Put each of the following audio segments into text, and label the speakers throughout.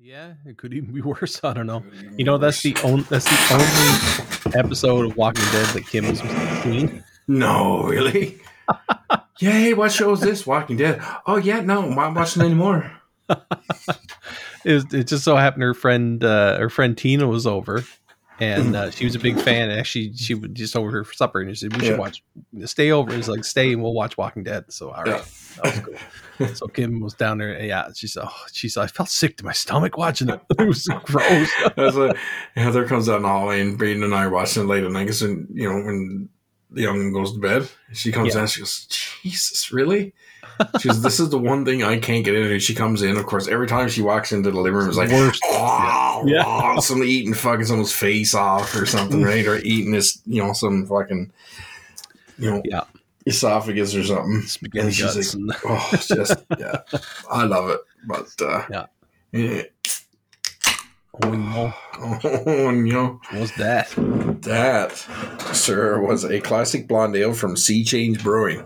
Speaker 1: Yeah, it could even be worse. I don't know. You know, that's the only that's the only episode of Walking Dead that Kim has seen.
Speaker 2: No, really? yeah, hey, what show is this? Walking Dead. Oh, yeah, no, I'm not watching anymore.
Speaker 1: It, was- it just so happened her friend uh, her friend Tina was over, and uh, she was a big fan. And actually, she was just over here for supper, and she said, "We should
Speaker 2: Yeah.
Speaker 1: watch. Stay over." It's like stay, and we'll watch Walking Dead. So all right,
Speaker 2: Yeah.
Speaker 1: that was cool. so Kim was down there. And yeah, she said, "Oh, she said I felt sick to my stomach watching it. It was gross."
Speaker 2: That's what Heather comes out in the hallway, and Braden and I are watching it late at night. 'cause when you know when the young one goes to bed, she comes
Speaker 1: Yeah.
Speaker 2: in. She goes, "Jesus, really?" She goes, "This is the one thing I can't get into." She comes in, of course. Every time she walks into the living room, it's like,
Speaker 1: Worst.
Speaker 2: "Oh,
Speaker 1: Yeah.
Speaker 2: oh," somebody eating fucking someone's face off or something, right? Or eating this, you know, some fucking, you know,
Speaker 1: Yeah.
Speaker 2: esophagus or something.
Speaker 1: Spaghetti
Speaker 2: And she's
Speaker 1: guts. and-
Speaker 2: Oh, it's just yeah, I love it, but uh,
Speaker 1: Yeah.
Speaker 2: yeah.
Speaker 1: oh no,
Speaker 2: Oh, no.
Speaker 1: what's that?
Speaker 2: That, sir, was a classic blonde ale from Sea Change Brewing.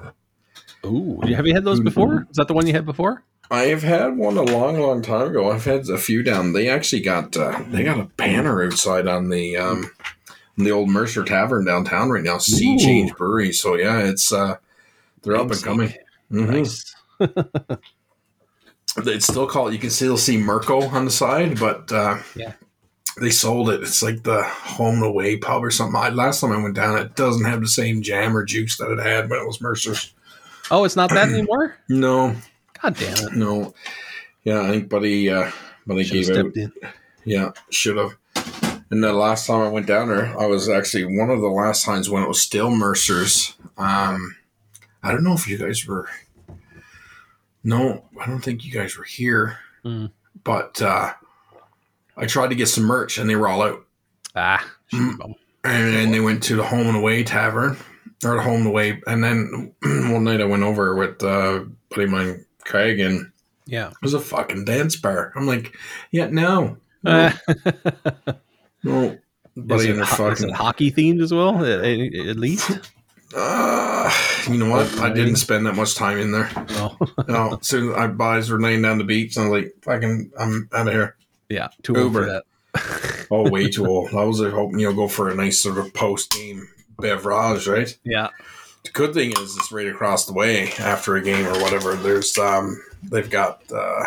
Speaker 1: Ooh, have you had
Speaker 2: Mm-hmm.
Speaker 1: those before? Is that the one you had before?
Speaker 2: I've had one a long, long time ago. I've had a few down. They actually got uh, they got a banner outside on the um, on the old Mercer Tavern downtown right now. Sea
Speaker 1: Ooh.
Speaker 2: Change Brewery. So yeah, it's uh, they're up and
Speaker 1: Fancy.
Speaker 2: coming. Mhm.
Speaker 1: Nice.
Speaker 2: It's still called. You can still see Merco on the side, but uh,
Speaker 1: Yeah.
Speaker 2: they sold it. It's like the home and away pub or something. I, last time I went down, it doesn't have the same jam or juice that it had when it was Mercer's.
Speaker 1: Oh, it's not that anymore.
Speaker 2: No,
Speaker 1: God damn it!
Speaker 2: No. Yeah, I think Buddy uh Buddy
Speaker 1: Should've
Speaker 2: gave out.
Speaker 1: stepped in.
Speaker 2: Yeah, should have. And the last time I went down there, I was actually one of the last times when it was still Mercer's. Um I don't know if you guys were No, I don't think you guys were here.
Speaker 1: Mm.
Speaker 2: But uh I tried to get some merch and they were all out.
Speaker 1: Ah, shit, bum.
Speaker 2: And then they went to the Home and Away Tavern, or the Home and Away. And then one night I went over with uh, buddy of mine, Craig, and
Speaker 1: yeah.
Speaker 2: it was a fucking dance bar. I'm like, yeah, no,
Speaker 1: Uh,
Speaker 2: no, no.
Speaker 1: is,
Speaker 2: buddy,
Speaker 1: it,
Speaker 2: in a
Speaker 1: ho- is it
Speaker 2: fucking.
Speaker 1: hockey themed as well? At, at- at least.
Speaker 2: Uh, you know what? I didn't spend that much time in there.
Speaker 1: No.
Speaker 2: No, soon as I buys were laying down the beach, and I was like, fucking, I'm out of here.
Speaker 1: yeah. Too old for
Speaker 2: Uber.
Speaker 1: that.
Speaker 2: Oh, way too old. I was hoping you'll go for a nice sort of post game beverage, right?
Speaker 1: Yeah.
Speaker 2: The good thing is it's right across the way after a game or whatever. There's um they've got uh,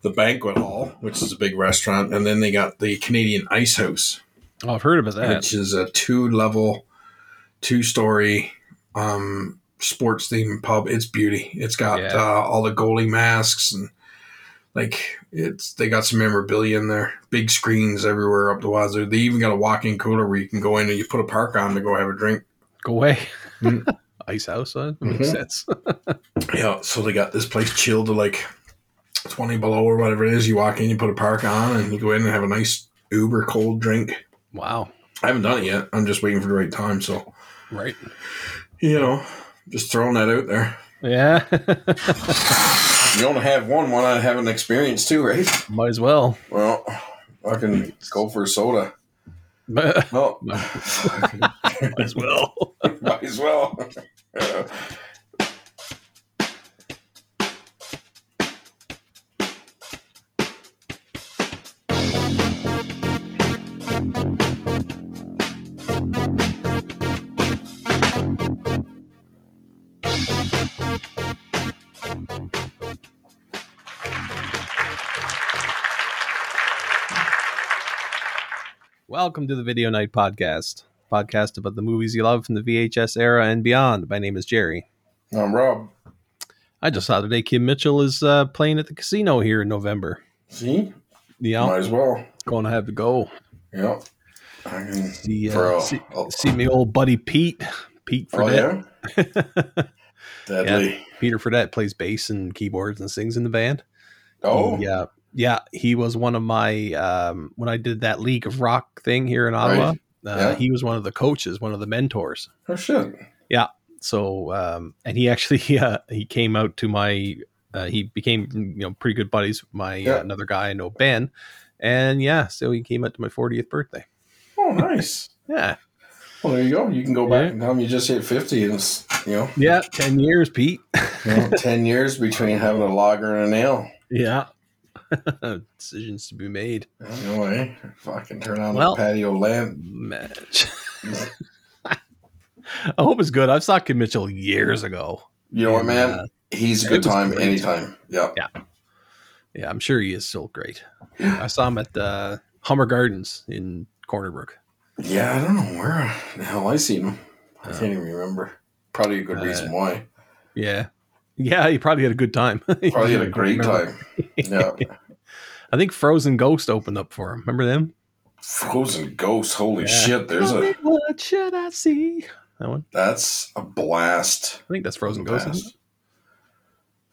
Speaker 2: the banquet hall, which is a big restaurant, and then they got the Canadian Ice House,
Speaker 1: Oh, I've heard about that.
Speaker 2: which is a two level, two story um sports themed pub. It's beauty. It's got
Speaker 1: Yeah.
Speaker 2: uh, all the goalie masks and like it's they got some memorabilia in there. Big screens everywhere up the wazoo. They even got a walk in cooler where you can go in and you put a park on to go have a drink.
Speaker 1: Go away.
Speaker 2: Mm.
Speaker 1: Ice house. Huh? That makes
Speaker 2: Mhm.
Speaker 1: sense.
Speaker 2: Yeah, so they got this place chilled to like 20 below or whatever it is. You walk in, you put a park on, and you go in and have a nice uber cold drink.
Speaker 1: Wow.
Speaker 2: I haven't done it yet. I'm just waiting for the right time. So,
Speaker 1: Right.
Speaker 2: you know, just throwing that out there.
Speaker 1: Yeah.
Speaker 2: You only have one, why not have an experience too, right?
Speaker 1: Might as well.
Speaker 2: Well, I can go for a soda.
Speaker 1: Might
Speaker 2: No,
Speaker 1: No.
Speaker 2: might
Speaker 1: as well.
Speaker 2: as well. Yeah.
Speaker 1: Welcome to the Video Night Podcast, podcast about the movies you love from the VHS era and beyond. My name is Jerry.
Speaker 2: Um, Rob,
Speaker 1: I just saw today Kim Mitchell is uh, playing at the casino here in November.
Speaker 2: see?
Speaker 1: Yeah,
Speaker 2: Might as well.
Speaker 1: gonna have to go
Speaker 2: Yeah. I can.
Speaker 1: see uh,
Speaker 2: Bro.
Speaker 1: see,
Speaker 2: Oh.
Speaker 1: see me old buddy Pete. Pete
Speaker 2: Oh,
Speaker 1: Fredette.
Speaker 2: yeah? Deadly.
Speaker 1: Peter Fredette plays bass and keyboards and sings in the band.
Speaker 2: Oh,
Speaker 1: He, uh, yeah, he was one of my um, when I did that League of Rock thing here in Ottawa.
Speaker 2: Right.
Speaker 1: Uh,
Speaker 2: Yeah.
Speaker 1: He was one of the coaches, one of the mentors.
Speaker 2: oh shit.
Speaker 1: so um, and he actually uh, he came out to my uh, he became you know pretty good buddies with my uh,
Speaker 2: Yeah.
Speaker 1: another guy I know Ben and yeah so he came out to my 40th birthday
Speaker 2: Oh, nice.
Speaker 1: yeah
Speaker 2: Well, there you go. You can go back
Speaker 1: Yeah.
Speaker 2: and tell them you just hit 50 and it's, you know,
Speaker 1: yeah 10 years Pete
Speaker 2: you know, 10 years between having a lager and a nail.
Speaker 1: yeah Decisions to be made.
Speaker 2: No way. Fucking turn on
Speaker 1: Well-
Speaker 2: the patio lamp.
Speaker 1: Match. I hope it's good. I've saw Kid Mitchell years ago.
Speaker 2: You know what, man?
Speaker 1: Uh,
Speaker 2: He's a
Speaker 1: it
Speaker 2: good
Speaker 1: was
Speaker 2: time
Speaker 1: great.
Speaker 2: anytime. Yeah.
Speaker 1: Yeah, I'm sure he is still great. I saw him at uh, Hummer Gardens in Cornerbrook.
Speaker 2: Yeah, I don't know where the hell I seen him. I
Speaker 1: Yeah.
Speaker 2: can't even remember. Probably a good
Speaker 1: Uh,
Speaker 2: reason why.
Speaker 1: Yeah. Yeah, he probably had a good time. He
Speaker 2: Probably had a
Speaker 1: didn't
Speaker 2: great
Speaker 1: remember.
Speaker 2: time. Yeah.
Speaker 1: I think Frozen Ghost opened up for him. Remember them?
Speaker 2: Frozen Ghost. Holy
Speaker 1: Yeah.
Speaker 2: shit. There's a.
Speaker 1: What should I see? That one.
Speaker 2: That's a blast.
Speaker 1: I think that's Frozen Ghost. isn't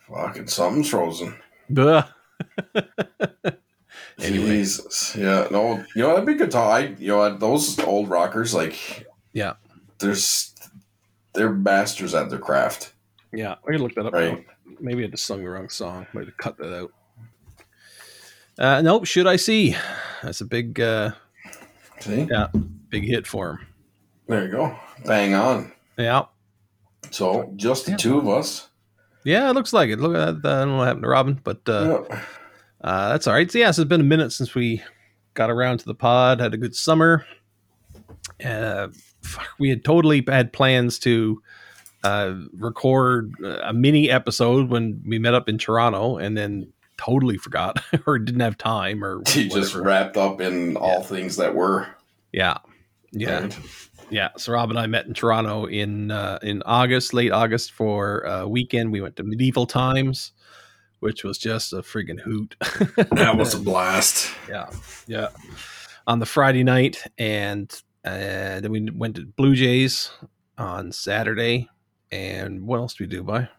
Speaker 2: Blast. Fucking something's frozen.
Speaker 1: it? Duh. Anyway.
Speaker 2: Jesus. Yeah. No. You know that'd be good time. I. You know those old rockers like.
Speaker 1: Yeah.
Speaker 2: There's. They're masters at their craft,
Speaker 1: Yeah, I can look that up. now.
Speaker 2: right?
Speaker 1: Maybe I just sung the wrong song. Might have cut that out. Uh, nope. Should I see? That's a big, uh,
Speaker 2: See.
Speaker 1: big hit for him.
Speaker 2: There you go. Bang on.
Speaker 1: Yeah.
Speaker 2: So just the
Speaker 1: Yeah.
Speaker 2: two of us.
Speaker 1: Yeah, it looks like it. Look, I don't know what happened to Robin, but uh,
Speaker 2: yeah.
Speaker 1: uh, that's all right. So, yeah, so it's been a minute since we got around to the pod. Had a good summer. Uh, fuck, we had totally had plans to uh, record a mini episode when we met up in Toronto, and then totally forgot or didn't have time or
Speaker 2: He just
Speaker 1: whatever.
Speaker 2: wrapped up in all things that were.
Speaker 1: Yeah. Yeah.
Speaker 2: right?
Speaker 1: Yeah. So Rob and I met in Toronto in uh, in August, late August for a weekend. We went to medieval times, which was just a friggin' hoot.
Speaker 2: That was a blast.
Speaker 1: yeah. Yeah. On the Friday night and uh, then we went to Blue Jays on Saturday. And what else did we do by?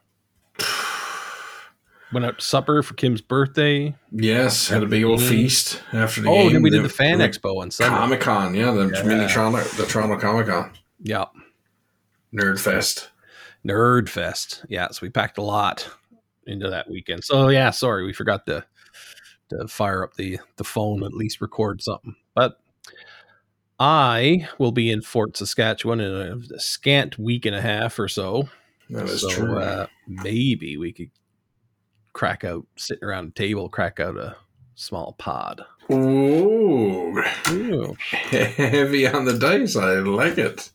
Speaker 1: Went out to supper for Kim's birthday.
Speaker 2: Yes, had a big old feast after the game.
Speaker 1: Mm-hmm. Oh, and then we did the fan
Speaker 2: Then- then
Speaker 1: expo on Sunday.
Speaker 2: Comic Con, yeah, the
Speaker 1: Yeah.
Speaker 2: mini Toronto, the Toronto Comic Con
Speaker 1: yeah.
Speaker 2: Nerd Fest.
Speaker 1: Nerd Fest. Yeah, so we packed a lot into that weekend. So yeah, sorry, we forgot to to fire up the the phone at least record something. But I will be in Fort Saskatchewan in a scant week and a half or so.
Speaker 2: That is
Speaker 1: so
Speaker 2: true.
Speaker 1: Uh, maybe we could crack out, sit around a table, crack out a small pod.
Speaker 2: Ooh,
Speaker 1: Ooh.
Speaker 2: heavy on the dice. I like it.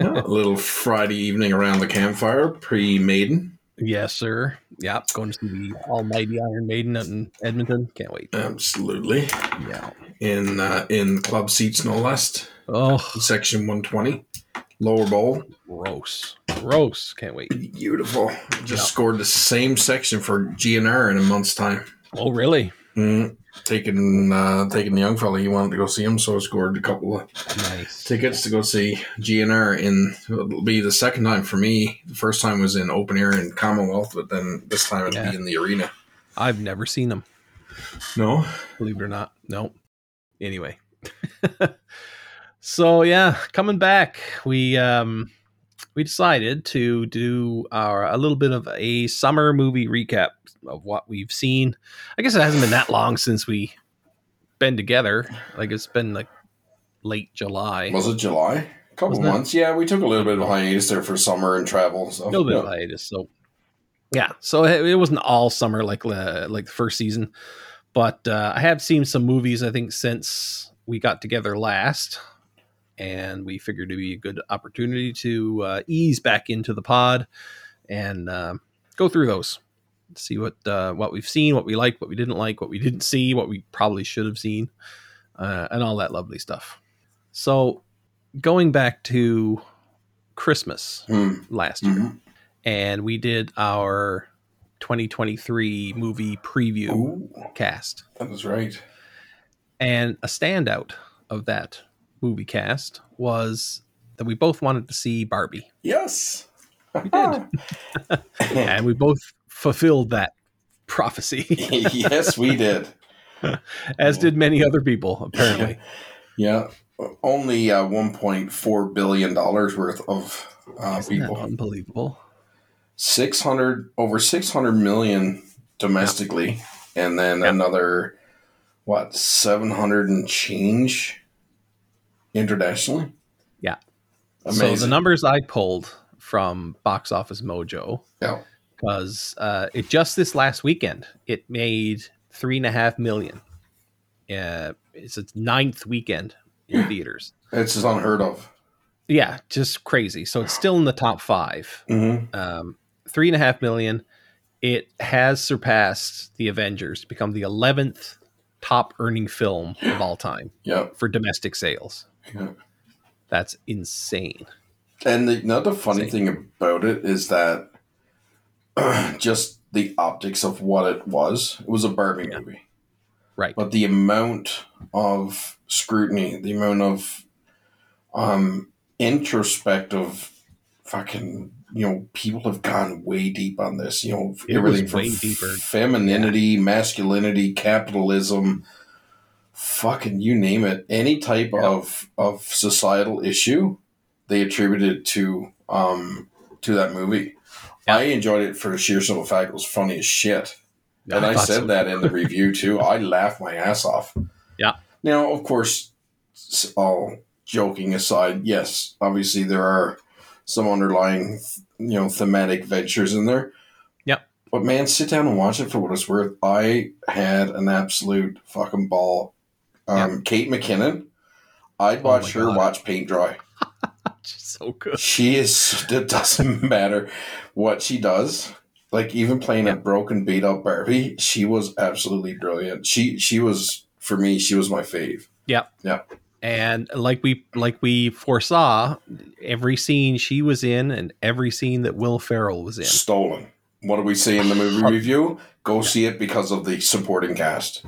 Speaker 2: Yeah, a little Friday evening around the campfire, pre-maiden.
Speaker 1: yes, sir. Yep, going to see the Almighty Iron Maiden out in Edmonton. Can't wait.
Speaker 2: Absolutely
Speaker 1: Yeah.
Speaker 2: in uh, in club seats, no less.
Speaker 1: Oh,
Speaker 2: Section one twenty, lower bowl.
Speaker 1: gross, gross. Can't wait.
Speaker 2: Beautiful. Just
Speaker 1: Yeah.
Speaker 2: scored the same section for GNR in a month's time.
Speaker 1: Oh, really?
Speaker 2: Mm, taking uh, taking the young fella, he wanted to go see him, so I scored a couple of
Speaker 1: Nice.
Speaker 2: tickets to go see GNR. In it'll be the second time for me. The first time was in open air in Commonwealth, but then this time it'll
Speaker 1: Yeah.
Speaker 2: be in the arena.
Speaker 1: I've never seen them,
Speaker 2: No,
Speaker 1: believe it or not. No. Anyway. so yeah, coming back, we um we decided to do our a little bit of a summer movie recap of what we've seen. I guess it hasn't been that long since we been together. Like it's been like late July.
Speaker 2: was it July? A couple
Speaker 1: Wasn't it?
Speaker 2: months. Yeah, we took a little bit of hiatus there for summer and travel. So.
Speaker 1: a little bit
Speaker 2: yeah.
Speaker 1: of hiatus. So yeah, so it it wasn't all summer like uh, like the first season, but uh, I have seen some movies I think since we got together last, and we figured it'd be a good opportunity to uh, ease back into the pod and uh, go through those, see what uh, what we've seen, what we liked, what we didn't like, what we didn't see, what we probably should have seen, uh, and all that lovely stuff. So going back to Christmas
Speaker 2: Hmm.
Speaker 1: last year
Speaker 2: Mhm.
Speaker 1: and we did our 2023 movie preview
Speaker 2: Ooh,
Speaker 1: cast.
Speaker 2: that was right.
Speaker 1: And a standout of that movie cast was that we both wanted to see Barbie,
Speaker 2: Yes, we did.
Speaker 1: and we both fulfilled that prophecy,
Speaker 2: yes, we did.
Speaker 1: as did many other people, apparently.
Speaker 2: Yeah, only uh, one point four billion dollars worth of uh,
Speaker 1: Isn't that
Speaker 2: people.
Speaker 1: unbelievable.
Speaker 2: Six hundred over six hundred million domestically, and then
Speaker 1: Yeah.
Speaker 2: another what seven hundred and change internationally.
Speaker 1: Yeah.
Speaker 2: amazing.
Speaker 1: So the numbers I pulled from Box Office Mojo
Speaker 2: yeah,
Speaker 1: because uh, it just this last weekend it made three and a half million. Uh, it's its ninth weekend in theaters.
Speaker 2: It's just unheard of.
Speaker 1: Yeah, just crazy. So it's still in the top five.
Speaker 2: Mm-hmm.
Speaker 1: Um, three and a half million. It has surpassed the Avengers to become the eleventh top earning film of all time
Speaker 2: Yep.
Speaker 1: for domestic sales.
Speaker 2: Yeah.
Speaker 1: That's insane.
Speaker 2: And the, another funny
Speaker 1: Same.
Speaker 2: thing about it is that just the optics of what it was. It was a Barbie
Speaker 1: Yeah.
Speaker 2: movie,
Speaker 1: Right.
Speaker 2: but the amount of scrutiny, the amount of um, introspective, fucking, you know, people have gone way deep on this. You know,
Speaker 1: It was
Speaker 2: everything from
Speaker 1: way deeper.
Speaker 2: femininity, masculinity, capitalism, fucking you name it. Any type
Speaker 1: Yeah.
Speaker 2: of of societal issue, they attributed to um to that movie.
Speaker 1: Yeah.
Speaker 2: I enjoyed it for the sheer simple fact it was funny as shit. And I,
Speaker 1: thought
Speaker 2: said
Speaker 1: so.
Speaker 2: that in the review too. I laughed my ass off.
Speaker 1: Yeah.
Speaker 2: Now, of course, s- all joking aside, yes, obviously there are some underlying, you know, thematic ventures in there.
Speaker 1: Yeah.
Speaker 2: But man, sit down and watch it for what it's worth. I had an absolute fucking ball. Um, Kate McKinnon, I'd
Speaker 1: Oh
Speaker 2: watch
Speaker 1: my
Speaker 2: her
Speaker 1: God.
Speaker 2: watch paint dry.
Speaker 1: so good.
Speaker 2: She is. It doesn't matter what she does. Like even playing
Speaker 1: Yeah.
Speaker 2: a broken, beat up Barbie, she was absolutely brilliant. She she was for me. She was my fave.
Speaker 1: and like we like we foresaw every scene she was in and every scene that will ferrell was in
Speaker 2: Stolen. What do we say in the movie review? Go see it because of the supporting cast.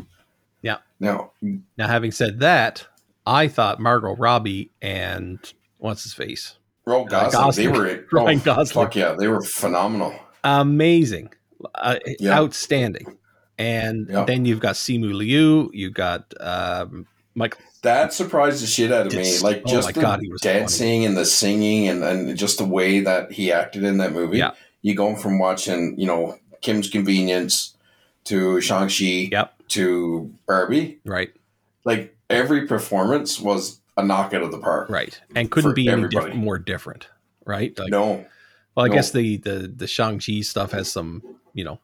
Speaker 1: Yeah.
Speaker 2: Now,
Speaker 1: now having said that i thought margot robbie and what's his face
Speaker 2: Ro Gosling,
Speaker 1: Gosling.
Speaker 2: they were
Speaker 1: Ryan
Speaker 2: oh,
Speaker 1: Gosling.
Speaker 2: Fuck yeah, they were phenomenal.
Speaker 1: amazing uh,
Speaker 2: Yeah.
Speaker 1: outstanding and
Speaker 2: Yeah.
Speaker 1: then you've got simu liu you've got um michael
Speaker 2: That surprised the shit out of
Speaker 1: Just-
Speaker 2: me. Like
Speaker 1: oh
Speaker 2: just
Speaker 1: my
Speaker 2: the
Speaker 1: God, he was
Speaker 2: dancing and the singing and, and just the way that he acted in that movie.
Speaker 1: Yeah.
Speaker 2: You go from watching, you know, Kim's Convenience to Shang-Chi
Speaker 1: Yep.
Speaker 2: to Barbie.
Speaker 1: right
Speaker 2: Like every performance was a knockout of the park.
Speaker 1: right and couldn't
Speaker 2: For
Speaker 1: be any
Speaker 2: everybody.
Speaker 1: diff- more different right Like,
Speaker 2: no.
Speaker 1: Well, I
Speaker 2: No.
Speaker 1: guess the the the Shang Chi stuff has some you know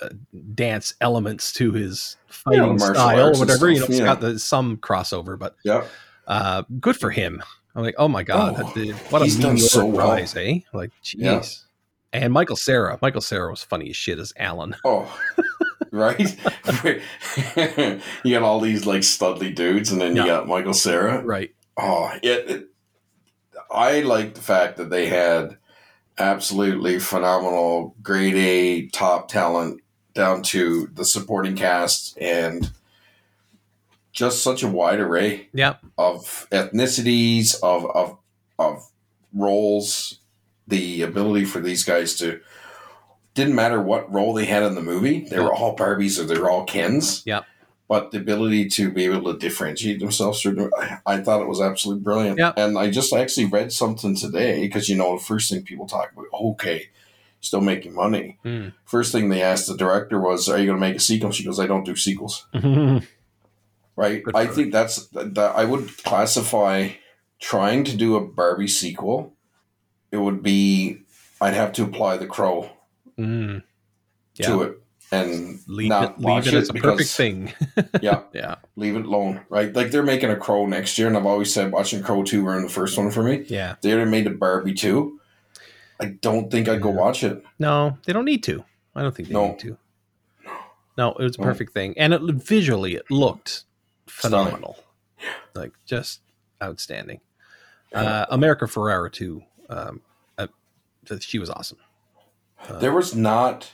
Speaker 1: uh, dance elements to his
Speaker 2: Yeah,
Speaker 1: fighting
Speaker 2: martial
Speaker 1: style or
Speaker 2: arts and
Speaker 1: whatever. you know,
Speaker 2: stuff,
Speaker 1: it's
Speaker 2: yeah.
Speaker 1: got the, some crossover, but
Speaker 2: Yeah.
Speaker 1: uh, good for him. I'm like, oh my god,
Speaker 2: Oh,
Speaker 1: the- what a
Speaker 2: he's done
Speaker 1: meteoric
Speaker 2: so well.
Speaker 1: rise, eh? Like, jeez.
Speaker 2: Yeah.
Speaker 1: And Michael Sarah, Michael Sarah was funny as shit as Alan.
Speaker 2: Oh. right? you got all these like studly dudes and then
Speaker 1: Yeah.
Speaker 2: you got Michael Sarah.
Speaker 1: Right.
Speaker 2: Oh, it, it, I like the fact that they had absolutely phenomenal grade A top talent down to the supporting cast and just such a wide array
Speaker 1: Yeah.
Speaker 2: of ethnicities, of of of roles, the ability for these guys to didn't matter what role they had in the movie, they were all Barbies or they were all Kens.
Speaker 1: Yeah.
Speaker 2: But the ability to be able to differentiate themselves, through, I- I thought it was absolutely brilliant.
Speaker 1: Yeah.
Speaker 2: And I just actually read something today because you know the first thing people talk about, okay, still making money.
Speaker 1: Mm.
Speaker 2: First thing they asked the director was, "Are you going to make a sequel?" She goes, "I don't do sequels."
Speaker 1: Mm,
Speaker 2: right
Speaker 1: Good
Speaker 2: i
Speaker 1: for
Speaker 2: think that's that i would classify trying to do a barbie sequel it would be i'd have to apply the crow
Speaker 1: Mm. Yeah.
Speaker 2: to it and
Speaker 1: Leave
Speaker 2: not
Speaker 1: it, leave
Speaker 2: watch
Speaker 1: it
Speaker 2: it
Speaker 1: as a perfect
Speaker 2: because-
Speaker 1: thing.
Speaker 2: yeah
Speaker 1: Yeah.
Speaker 2: leave it alone right like they're making a crow next year and i've always said watching crow 2 were in the first one for me
Speaker 1: Yeah.
Speaker 2: they already made a barbie 2 i don't think i'd go
Speaker 1: Yeah.
Speaker 2: watch it
Speaker 1: No, they don't need to. I don't think they
Speaker 2: No.
Speaker 1: need to. No, it was a
Speaker 2: No.
Speaker 1: perfect thing, and it visually it looked
Speaker 2: Stunning.
Speaker 1: phenomenal, like just outstanding. Uh, America Ferrera too. Um, uh, th- she was awesome.
Speaker 2: there was not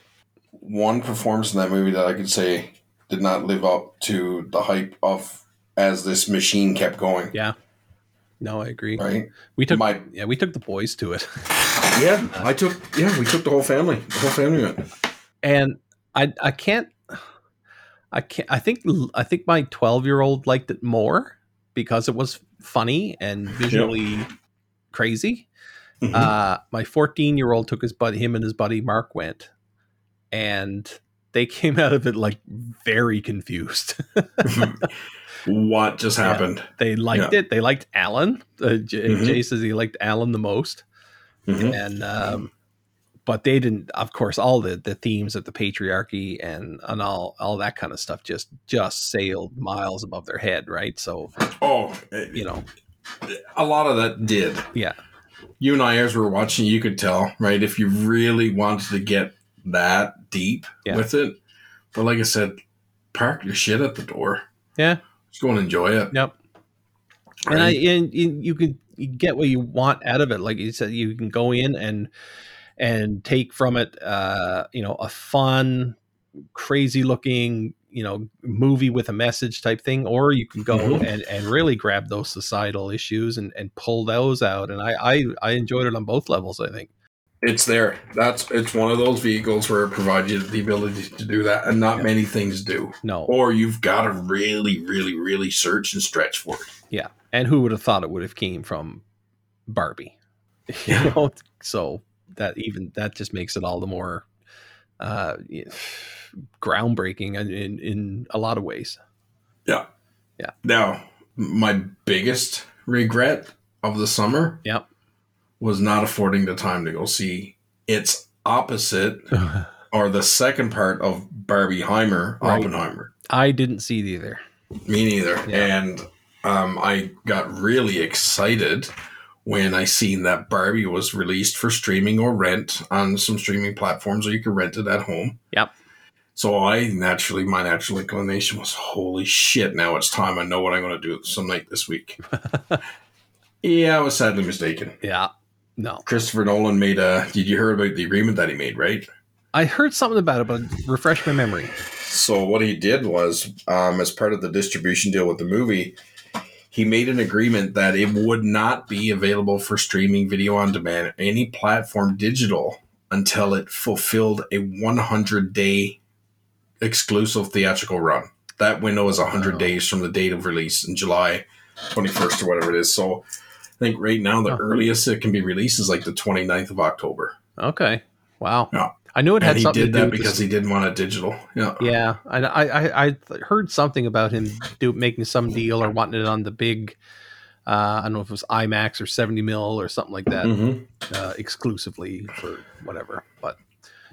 Speaker 2: one performance in that movie that i could say did not live up to the hype of as this machine kept going
Speaker 1: Yeah. No, I agree.
Speaker 2: right
Speaker 1: We took
Speaker 2: my
Speaker 1: yeah, we took the boys to it,
Speaker 2: Yeah, I took. Yeah, we took the whole family. The whole family went.
Speaker 1: and I I can't. I can't. I think I think my twelve year old liked it more because it was funny and visually crazy. uh, my 14 year old took his buddy, him and his buddy Mark went, and they came out of it like very confused.
Speaker 2: what just happened?
Speaker 1: they liked it. They liked Alan. Uh, J-
Speaker 2: Mhm.
Speaker 1: Jay says he liked Alan the most,
Speaker 2: Mhm.
Speaker 1: and um, but they didn't of course all the the themes of the patriarchy and and all all that kind of stuff just just sailed miles above their head right so
Speaker 2: Oh, eh,
Speaker 1: you know
Speaker 2: a lot of that did.
Speaker 1: yeah
Speaker 2: You and I, as we were watching, you could tell, right? If you really wanted to get that deep
Speaker 1: Yeah.
Speaker 2: with it, but like I said, park your shit at the door.
Speaker 1: Yeah.
Speaker 2: just go and enjoy it.
Speaker 1: yep and I and you you can you get what you want out of it. Like you said, you can go in and and take from it, uh, you know, a fun, crazy looking, you know, movie with a message type thing, or you can go
Speaker 2: Mhm.
Speaker 1: and and really grab those societal issues and and pull those out. And I I, I enjoyed it on both levels. I think.
Speaker 2: It's there. That's it's one of those vehicles where it provides you the ability to do that, and not
Speaker 1: Yeah.
Speaker 2: many things do.
Speaker 1: No,
Speaker 2: Or you've got to really, really, really search and stretch for it.
Speaker 1: and who would have thought it would have came from Barbie? You
Speaker 2: Yeah.
Speaker 1: know, so that even that just makes it all the more uh, groundbreaking in, in in a lot of ways.
Speaker 2: Now, my biggest regret of the summer
Speaker 1: Yep.
Speaker 2: was not affording the time to go see its opposite or the second part of Barbieheimer,
Speaker 1: Right.
Speaker 2: Oppenheimer.
Speaker 1: I didn't see it either.
Speaker 2: Me neither.
Speaker 1: Yeah.
Speaker 2: And um, I got really excited when I seen that Barbie was released for streaming or rent on some streaming platforms, or you could rent it at home.
Speaker 1: Yep.
Speaker 2: So I naturally, my natural inclination was, "Holy shit! Now it's time. I know what I'm going to do some night this week." yeah, I was sadly mistaken.
Speaker 1: Yeah. No.
Speaker 2: Christopher Nolan made a. Did you hear about the agreement that he made? Right.
Speaker 1: I heard something about it, but refresh my memory.
Speaker 2: So what he did was, um, as part of the distribution deal with the movie, he made an agreement that it would not be available for streaming video on demand any platform digital until it fulfilled a 100 day exclusive theatrical run. That window is 100
Speaker 1: Wow.
Speaker 2: days from the date of release in July 21st or whatever it is. So I think right now the
Speaker 1: Huh.
Speaker 2: earliest it can be released is like the 29th of October.
Speaker 1: Okay. Wow.
Speaker 2: Yeah.
Speaker 1: I knew it had
Speaker 2: and he
Speaker 1: something
Speaker 2: did
Speaker 1: to do
Speaker 2: that
Speaker 1: with the-
Speaker 2: because he didn't want it digital. Yeah.
Speaker 1: Yeah, I, I I- I th- heard something about him do making some deal or wanting it on the big. Uh, I don't know if it was IMAX or seventy mil or something like that
Speaker 2: Mhm.
Speaker 1: uh, exclusively for whatever. But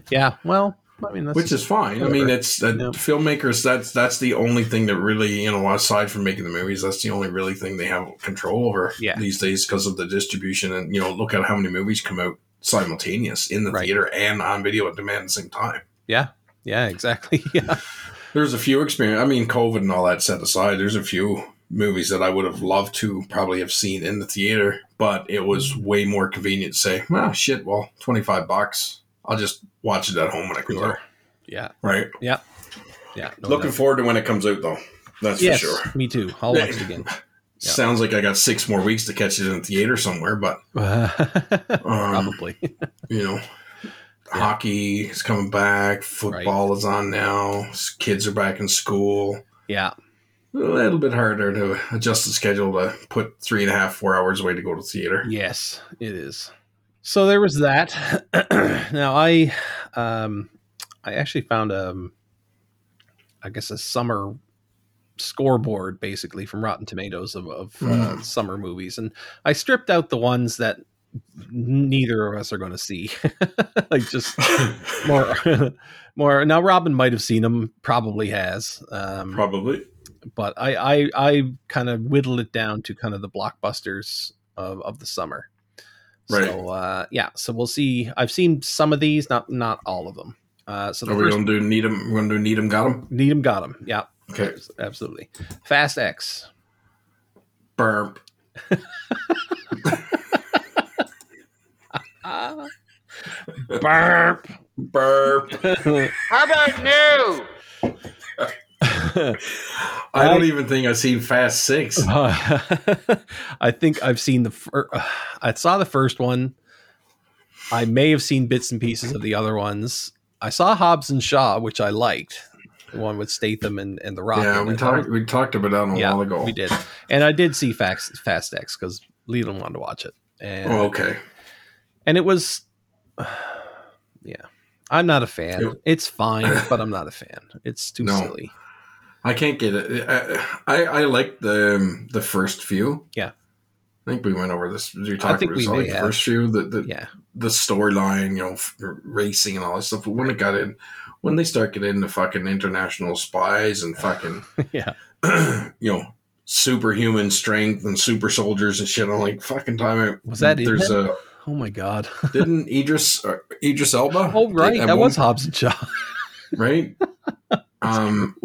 Speaker 1: yeah, well, I mean, that's
Speaker 2: which is fine. I mean,
Speaker 1: whatever.
Speaker 2: it's that
Speaker 1: Yeah.
Speaker 2: filmmakers. That's that's the only thing that really you know, aside from making the movies, that's the only really thing they have control over
Speaker 1: Yeah.
Speaker 2: these days because of the distribution. And you know, look at how many movies come out simultaneous in the
Speaker 1: Right.
Speaker 2: theater and on video on demand at the same time.
Speaker 1: yeah, exactly. Yeah,
Speaker 2: There's a few experience. I mean, COVID and all that set aside, there's a few movies that I would have loved to probably have seen in the theater, but it
Speaker 1: Mm-hmm.
Speaker 2: was way more convenient to say, "Well, shit, well, twenty five bucks, I'll just watch it at home when I come
Speaker 1: Yeah.
Speaker 2: there."
Speaker 1: yeah,
Speaker 2: Right.
Speaker 1: yeah. Oh, no
Speaker 2: Looking
Speaker 1: doubt.
Speaker 2: forward to when it comes out, though. That's
Speaker 1: yes,
Speaker 2: for sure.
Speaker 1: me too. I'll watch it again. Yeah.
Speaker 2: Sounds like I got six more weeks to catch it in the theater somewhere, but um,
Speaker 1: Probably.
Speaker 2: you know, hockey is coming back, football is on now, s- kids are back in school.
Speaker 1: Yeah,
Speaker 2: A little bit harder to adjust the schedule to put three and a half, four hours away to go to the theater.
Speaker 1: Yes, it is. So there was that. now I, um, I actually found um, I guess a summer scoreboard basically from Rotten Tomatoes of, of uh,
Speaker 2: Mm.
Speaker 1: summer movies, and I stripped out the ones that neither of us are going to see. I just more, more. Now Robin might have seen them, probably has. Um,
Speaker 2: Probably.
Speaker 1: but I I, I kind of whittle it down to kind of the blockbusters of, of the summer. So uh, yeah, so we'll see. I've seen some of these, not not all of them. Uh, so the
Speaker 2: Are we
Speaker 1: first
Speaker 2: gonna do need 'em? We're gonna do need 'em, got 'em?
Speaker 1: need 'em, got 'em. Yeah,
Speaker 2: Okay.
Speaker 1: absolutely. Fast X.
Speaker 2: Burp.
Speaker 1: Ah. Burp.
Speaker 2: Burp.
Speaker 3: How about new?
Speaker 2: I don't
Speaker 1: I-
Speaker 2: even think I've seen Fast Six.
Speaker 1: Uh, I think I've seen the. Fir- I saw the first one. I may have seen bits and pieces of the other ones. I saw Hobbs and Shaw, which I liked, the one with Statham and, and the Rock.
Speaker 2: Yeah,
Speaker 1: in
Speaker 2: we
Speaker 1: it. That
Speaker 2: talked. We talked about that a
Speaker 1: Yeah,
Speaker 2: while ago.
Speaker 1: was- we did, and I did see Fast, Fast X because Leland wanted to watch it, and
Speaker 2: Oh, okay.
Speaker 1: and it was, yeah. I'm not a fan.
Speaker 2: It-
Speaker 1: It's fine, but I'm not a fan. It's too
Speaker 2: No.
Speaker 1: silly.
Speaker 2: I can't get it. I I, I like the um, the first few.
Speaker 1: Yeah.
Speaker 2: I think we went over this. We
Speaker 1: I
Speaker 2: talked
Speaker 1: think
Speaker 2: about this
Speaker 1: we
Speaker 2: on, like
Speaker 1: may
Speaker 2: the
Speaker 1: have.
Speaker 2: first few. The the,
Speaker 1: Yeah.
Speaker 2: the storyline, you know, f- racing and all that stuff. But when it got in, when they start getting into fucking international spies and fucking,
Speaker 1: Yeah.
Speaker 2: you know, superhuman strength and super soldiers and shit, I'm like, fucking time. out.
Speaker 1: Was that in
Speaker 2: there's
Speaker 1: that?
Speaker 2: a
Speaker 1: Oh my god.
Speaker 2: didn't Idris uh, Idris Elba?
Speaker 1: Oh right,
Speaker 2: did- at
Speaker 1: that
Speaker 2: one-
Speaker 1: was Hobbs and Shaw.
Speaker 2: right. um,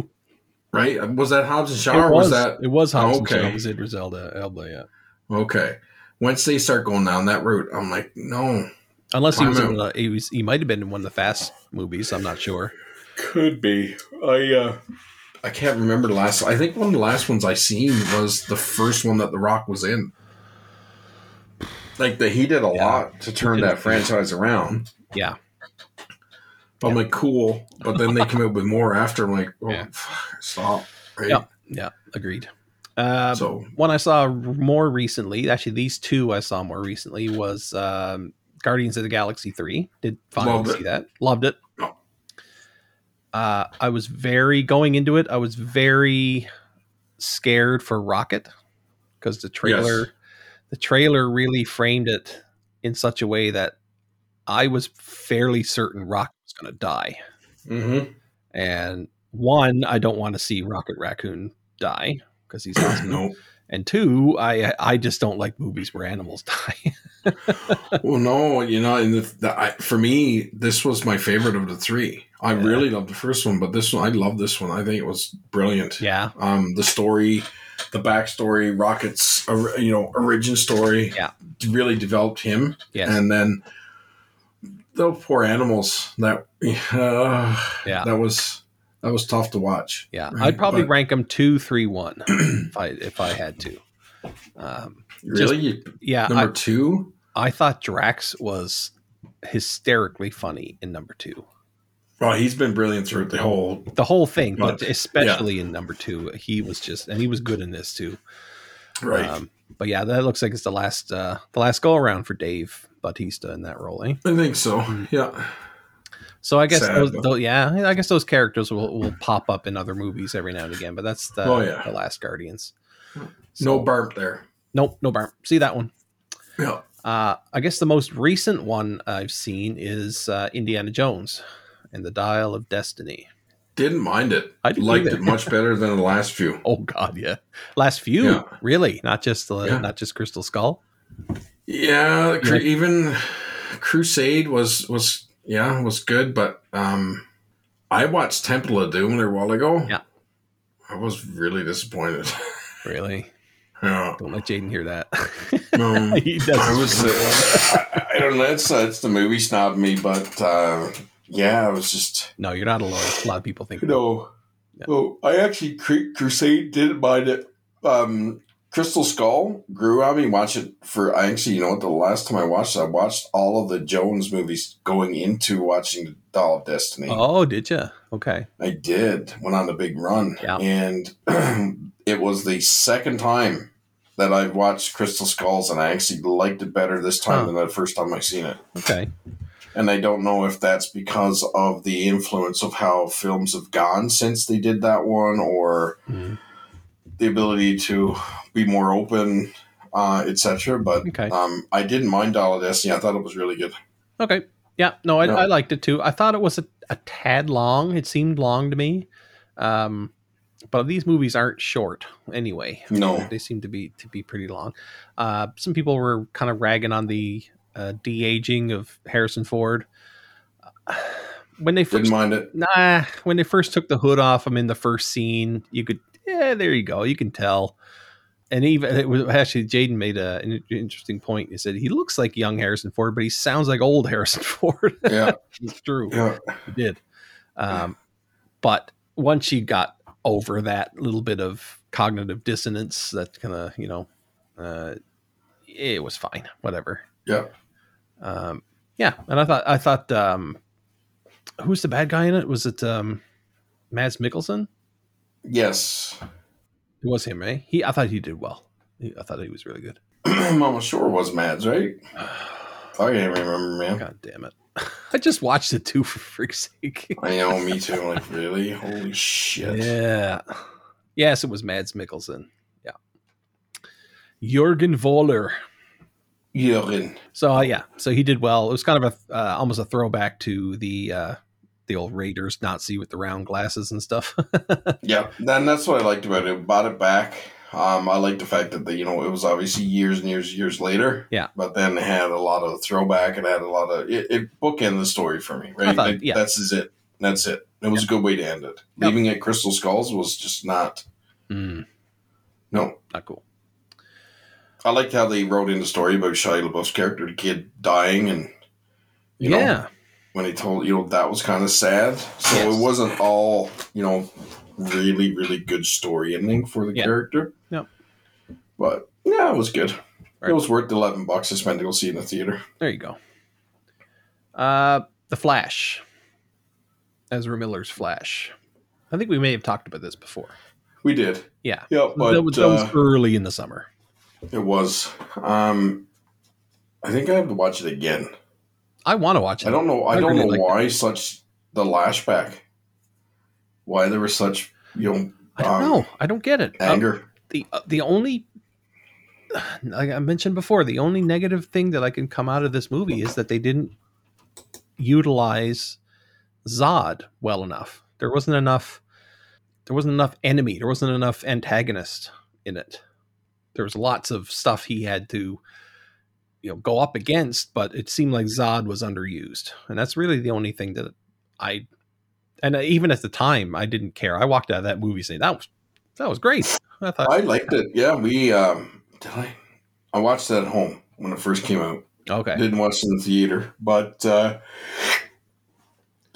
Speaker 2: right. Was that Hobbs and Shaw?
Speaker 1: it
Speaker 2: or
Speaker 1: was,
Speaker 2: was that
Speaker 1: it was Hobbs and Shaw.
Speaker 2: okay.
Speaker 1: It was Idris Elba. Elba, yeah.
Speaker 2: Okay. Once they start going down that route, I'm like, no.
Speaker 1: Unless he
Speaker 2: Time
Speaker 1: was, in one of the, he was, he might have been in one of the Fast movies. I'm not sure.
Speaker 2: Could be. I uh I can't remember the last I think one of the last ones I seen was the first one that The Rock was in. Like that he did a
Speaker 1: Yeah.
Speaker 2: lot to turn
Speaker 1: did.
Speaker 2: that franchise around.
Speaker 1: Yeah.
Speaker 2: But I'm like, cool. But then they come out with more after. I'm like, oh,
Speaker 1: Yeah.
Speaker 2: fuck, stop. Right?
Speaker 1: Yeah. Yeah, agreed. Uh,
Speaker 2: so
Speaker 1: one I saw more recently, actually these two I saw more recently was um, Guardians of the Galaxy three. Did finally
Speaker 2: Loved it.
Speaker 1: see that? Loved it.
Speaker 2: No.
Speaker 1: Uh, I was very going into it. I was very scared for Rocket because the trailer, the trailer really framed it in such a way that I was fairly certain Rocket was going to die.
Speaker 2: mhm.
Speaker 1: And one, I don't want to see Rocket Raccoon die because he's awesome.
Speaker 2: no.
Speaker 1: And two, I I just don't like movies where animals die.
Speaker 2: Well, no, you know, and the, the, I, for me, this was my favorite of the three. I
Speaker 1: Yeah.
Speaker 2: really loved the first one, but this one, I love this one. I think it was brilliant.
Speaker 1: yeah,
Speaker 2: Um, the story, the backstory, Rocket's, or- you know, origin story.
Speaker 1: Yeah.
Speaker 2: Really developed him,
Speaker 1: yes,
Speaker 2: and then the poor animals. That uh,
Speaker 1: Yeah.
Speaker 2: that was that was tough to watch.
Speaker 1: yeah.
Speaker 2: right,
Speaker 1: I'd probably
Speaker 2: but-
Speaker 1: rank them two, three, one if I if I had to. Um,
Speaker 2: Really, You-
Speaker 1: yeah, I,
Speaker 2: number two.
Speaker 1: I thought Drax was hysterically funny in number two.
Speaker 2: Well, he's been brilliant throughout the whole.
Speaker 1: The whole thing,
Speaker 2: Well,
Speaker 1: but especially in number two, he was just and he was good in this too.
Speaker 2: Right.
Speaker 1: Um, but yeah, that looks like it's the last uh, the last go around for Dave Bautista in that role. Eh?
Speaker 2: I think so.
Speaker 1: Mm.
Speaker 2: Yeah.
Speaker 1: So I guess
Speaker 2: Sad,
Speaker 1: those,
Speaker 2: but-
Speaker 1: tho- yeah, I guess those characters will, will pop up in other movies every now and again, but that's the,
Speaker 2: Oh, yeah. Hmm.
Speaker 1: the last Guardians.
Speaker 2: No
Speaker 1: So-
Speaker 2: burp there.
Speaker 1: nope, no Barb. See that one.
Speaker 2: Yeah.
Speaker 1: Uh, I guess the most recent one I've seen is uh, Indiana Jones and the Dial of Destiny.
Speaker 2: Didn't mind it.
Speaker 1: I didn't
Speaker 2: liked
Speaker 1: either.
Speaker 2: it much better than the last few.
Speaker 1: Oh God, yeah. Last few,
Speaker 2: Yeah.
Speaker 1: really, not just the
Speaker 2: Yeah.
Speaker 1: not just Crystal Skull.
Speaker 2: Yeah, cru-
Speaker 1: Yeah.
Speaker 2: even Crusade was was yeah was good, but um, I watched Temple of Doom there a while ago.
Speaker 1: Yeah.
Speaker 2: I was really disappointed.
Speaker 1: Really,
Speaker 2: yeah,
Speaker 1: don't let Jaden hear that.
Speaker 2: um,
Speaker 1: he does.
Speaker 2: I was. Uh, I, I don't know. That's that's the movie snob me, but uh, yeah, I was just
Speaker 1: no, you're not alone. A lot of people think.
Speaker 2: you know.
Speaker 1: Yeah.
Speaker 2: Oh, I actually Cru- Crusade didn't mind it. Um, Crystal Skull grew on me. Watch it for I actually, you know what? The last time I watched, it, I watched all of the Jones movies going into watching the Doll of Destiny.
Speaker 1: Oh, did you? Okay.
Speaker 2: I did. Went on a big run,
Speaker 1: Yeah.
Speaker 2: and it was the second time that I've watched Crystal Skulls, and I actually liked it better this time
Speaker 1: Huh.
Speaker 2: than the first time I seen it.
Speaker 1: Okay.
Speaker 2: And I don't know if that's because of the influence of how films have gone since they did that one, or
Speaker 1: Mhm.
Speaker 2: the ability to be more open, uh, etc. But
Speaker 1: Okay.
Speaker 2: um, I didn't mind Dial of Destiny. I thought it was really good.
Speaker 1: Okay. Yeah. No, I,
Speaker 2: No.
Speaker 1: I liked it too. I thought it was a, a tad long. It seemed long to me. Um, but these movies aren't short anyway.
Speaker 2: No.
Speaker 1: They seem to be to be pretty long. Uh, some people were kind of ragging on the uh, de aging of Harrison Ford. When they
Speaker 2: Didn't
Speaker 1: first
Speaker 2: mind it.
Speaker 1: nah, when they first took the hood off him in the first scene, you could yeah, there you go, you can tell. And even it was actually Jaden made a, an in- interesting point. He said he looks like young Harrison Ford, but he sounds like old Harrison Ford.
Speaker 2: Yeah,
Speaker 1: it's true,
Speaker 2: yeah,
Speaker 1: he did. Um, but once you got over that little bit of cognitive dissonance, that kind of you know, uh, it was fine. Whatever
Speaker 2: yeah.
Speaker 1: um, yeah, and I thought I thought um, who's the bad guy in it? Was it um, Mads Mikkelsen?
Speaker 2: Yes,
Speaker 1: It was him, eh? He I thought he did well. He- I thought he was really good.
Speaker 2: Mama Shore was Mads, right? I can't remember, man.
Speaker 1: God damn it! I just watched it too for freak's sake.
Speaker 2: I know, me too. Like, really? Holy shit!
Speaker 1: Yeah. Yes, it was Mads Mikkelsen. Yeah. Jürgen Voller.
Speaker 2: Jürgen.
Speaker 1: So uh, yeah, so he did well. It was kind of a uh, almost a throwback to the uh, the old Raiders Nazi with the round glasses and stuff.
Speaker 2: Yeah, then that's what I liked about it. Bought it back. Um, I liked the fact that the, you know it was obviously years and years and years later.
Speaker 1: Yeah.
Speaker 2: But then it had a lot of throwback. It had a lot of it, it bookended the story for me.
Speaker 1: I
Speaker 2: Right.
Speaker 1: thought,
Speaker 2: Like,
Speaker 1: yeah.
Speaker 2: That's is it. That's it. It was a good way to end it.
Speaker 1: Yep.
Speaker 2: Leaving it Crystal Skulls was just not.
Speaker 1: Mm,
Speaker 2: No,
Speaker 1: not cool.
Speaker 2: I liked how they wrote in the story about Shia LaBeouf's character, the kid dying, and you know,
Speaker 1: yeah,
Speaker 2: when he told you know that was kind of sad. So
Speaker 1: Yes.
Speaker 2: it wasn't all you know really really good story ending for the
Speaker 1: Yeah.
Speaker 2: character.
Speaker 1: Yep.
Speaker 2: But yeah, it was good.
Speaker 1: Right.
Speaker 2: It was worth the eleven bucks to spend to go see it in the theater.
Speaker 1: there you go. Uh, the Flash, Ezra Miller's Flash. I think we may have talked about this before.
Speaker 2: We did.
Speaker 1: Yeah.
Speaker 2: Yeah, but
Speaker 1: that was, that was
Speaker 2: uh,
Speaker 1: early in the summer.
Speaker 2: it was. Um, I think I have to watch it again.
Speaker 1: I want to watch it.
Speaker 2: I don't know. I,
Speaker 1: I
Speaker 2: don't
Speaker 1: really liked
Speaker 2: know why such the lashback. Why there was such you know
Speaker 1: I don't
Speaker 2: um,
Speaker 1: know. I don't get it. Uh,
Speaker 2: anger.
Speaker 1: the uh, the only like I mentioned before, the only negative thing that I can come out of this movie is that they didn't utilize Zod well enough. There wasn't enough there wasn't enough enemy, there wasn't enough antagonist in it. There was lots of stuff he had to you know go up against, but it seemed like Zod was underused. And that's really the only thing that I and even at the time I didn't care. I walked out of that movie saying that was that was great. I thought
Speaker 2: I liked it. Yeah, we um did I I watched that at home when it first came out.
Speaker 1: okay.
Speaker 2: Didn't watch it in the theater, but uh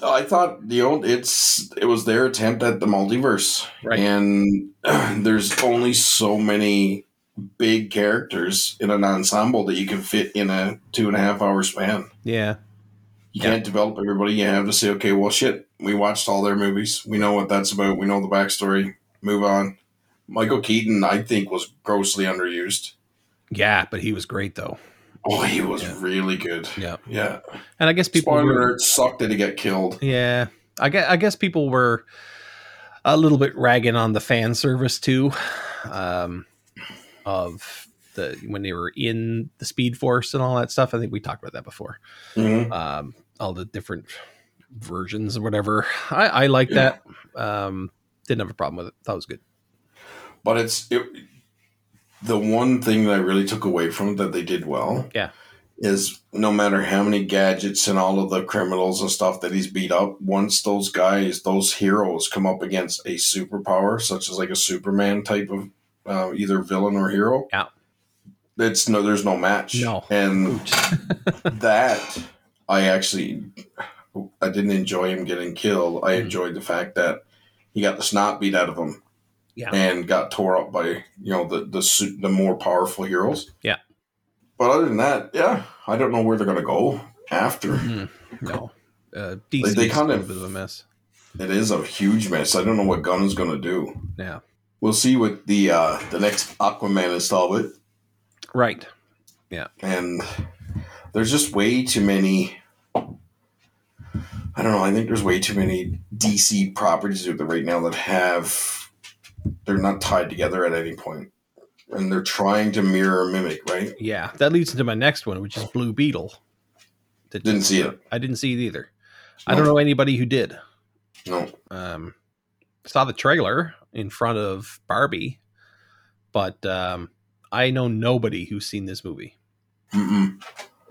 Speaker 2: I thought the old it's it was their attempt at the multiverse.
Speaker 1: Right.
Speaker 2: And there's only so many big characters in an ensemble that you can fit in a two and a half hour span.
Speaker 1: Yeah.
Speaker 2: You
Speaker 1: Yeah.
Speaker 2: can't develop everybody. You have to say, okay, well, shit, we watched all their movies. We know what that's about. We know the backstory. Move on. Michael Keaton, I think, was grossly underused.
Speaker 1: Yeah, but he was great though.
Speaker 2: Oh, he was
Speaker 1: Yeah.
Speaker 2: really good.
Speaker 1: Yeah.
Speaker 2: Yeah.
Speaker 1: And I guess people
Speaker 2: Spoiler
Speaker 1: were,
Speaker 2: alert, sucked that he got killed.
Speaker 1: Yeah. I guess, I guess people were a little bit ragging on the fan service too um of the when they were in the speed force and all that stuff. I think we talked about that before.
Speaker 2: Mhm.
Speaker 1: Um all the different versions or whatever. I I like
Speaker 2: Yeah.
Speaker 1: that. Um didn't have a problem with it. That was good.
Speaker 2: But it's it, the one thing that I really took away from it that they did well.
Speaker 1: Yeah.
Speaker 2: Is no matter how many gadgets and all of the criminals and stuff that he's beat up, once those guys, those heroes come up against a superpower, such as like a Superman type of uh, either villain or hero,
Speaker 1: Yeah.
Speaker 2: it's no, there's no match.
Speaker 1: No.
Speaker 2: And
Speaker 1: Ooch.
Speaker 2: that I actually I didn't enjoy him getting killed. I
Speaker 1: Mhm.
Speaker 2: enjoyed the fact that he got the snot beat out of him.
Speaker 1: Yeah.
Speaker 2: And got tore up by, you know, the the su- the more powerful heroes.
Speaker 1: Yeah.
Speaker 2: But other than that, yeah, I don't know where they're going to go after.
Speaker 1: Mm, no. Uh DC
Speaker 2: they
Speaker 1: is
Speaker 2: kind
Speaker 1: a little
Speaker 2: of-
Speaker 1: bit of a mess.
Speaker 2: It is a huge mess. I don't know what Gunn is going to do.
Speaker 1: Yeah.
Speaker 2: We'll see what the uh the next Aquaman installment
Speaker 1: Right.
Speaker 2: and there's just way too many. I don't know. I think there's way too many DC properties out there right now that have they're not tied together at any point, and they're trying to mirror mimic. Right?
Speaker 1: Yeah, that leads into my next one, which is Blue Beetle. That
Speaker 2: Didn't see it.
Speaker 1: I didn't see it either. I don't know anybody who did.
Speaker 2: No.
Speaker 1: Um, saw the trailer in front of Barbie, but um, I know nobody who's seen this movie.
Speaker 2: Mm-mm.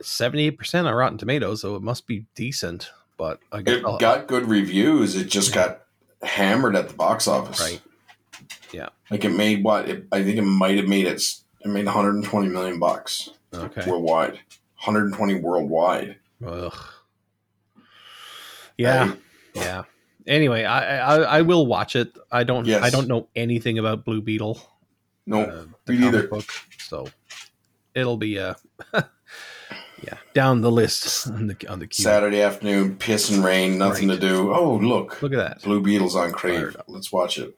Speaker 1: Seventy-eight percent on Rotten Tomatoes, so it must be decent. But I guess
Speaker 2: It
Speaker 1: I'll-
Speaker 2: got good reviews. It just got hammered at the box office.
Speaker 1: right.
Speaker 2: Like it made what? It, I think it might have made it. It made 120 million bucks
Speaker 1: Okay.
Speaker 2: worldwide. 120 worldwide.
Speaker 1: Ugh. Yeah,
Speaker 2: Right?
Speaker 1: yeah. Anyway, I, I I will watch it. I don't
Speaker 2: Yes.
Speaker 1: I don't know anything about Blue Beetle.
Speaker 2: no.
Speaker 1: uh, the
Speaker 2: me
Speaker 1: comic
Speaker 2: neither.
Speaker 1: book. So it'll be uh yeah, down the list on the on the queue.
Speaker 2: Saturday afternoon, piss and rain, nothing
Speaker 1: Right.
Speaker 2: to do. Oh, look,
Speaker 1: Look at that.
Speaker 2: Blue Beetle's on
Speaker 1: Fired
Speaker 2: Crave. Let's watch it.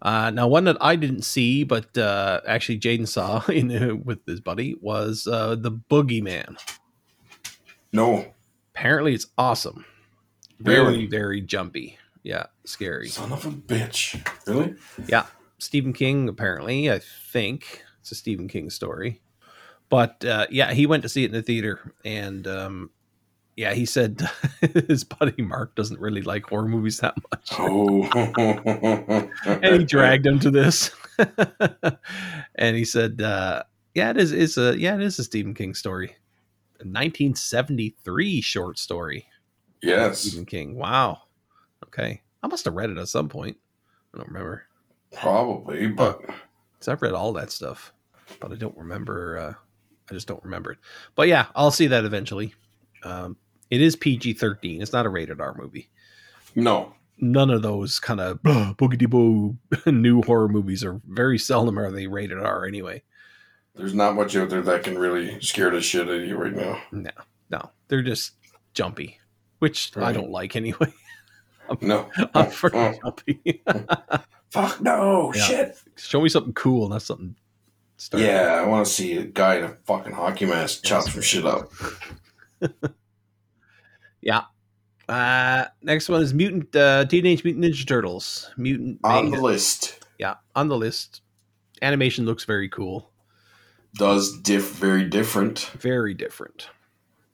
Speaker 1: Uh, now, one that I didn't see, but uh, actually Jaden saw in uh, with his buddy was uh, the Boogeyman.
Speaker 2: No,
Speaker 1: Apparently, it's awesome. Very
Speaker 2: Really?
Speaker 1: very jumpy. Yeah, scary.
Speaker 2: son of a bitch. Really?
Speaker 1: Stephen King apparently, I think. It's a Stephen King story. But uh, yeah, he went to see it in the theater, and um, yeah, he said his buddy Mark doesn't really like horror movies that much.
Speaker 2: Oh.
Speaker 1: and he dragged him to this. and he said, uh, "Yeah, it is. It's a yeah, it is a Stephen King story, a 1973 short story.
Speaker 2: Yes,
Speaker 1: Stephen King. Wow. Okay, I must have read it at some point. I don't remember.
Speaker 2: probably, but
Speaker 1: So I've read all that stuff, but I don't remember. Uh, I just don't remember it. But yeah, I'll see that eventually. Um, it is PG 13. It's not a rated R movie.
Speaker 2: no.
Speaker 1: None of those kind of boogity boo new horror movies are very seldom are they rated R anyway.
Speaker 2: There's not much out there that can really scare the shit out of you right now.
Speaker 1: No, they're just jumpy, which I
Speaker 2: Right.
Speaker 1: don't like anyway.
Speaker 2: No.
Speaker 1: I'm for
Speaker 2: Oh, oh.
Speaker 1: jumpy.
Speaker 2: Fuck no.
Speaker 1: Yeah.
Speaker 2: Shit.
Speaker 1: Show me something cool, not something. stupid.
Speaker 2: Yeah, I want to see a guy in a fucking hockey mask chop some shit up.
Speaker 1: Uh, next one is Mutant uh, Teenage Mutant Ninja Turtles. Mutant
Speaker 2: On
Speaker 1: Mayhem.
Speaker 2: the list
Speaker 1: yeah, on the list. Animation looks very cool,
Speaker 2: does diff very different,
Speaker 1: very different.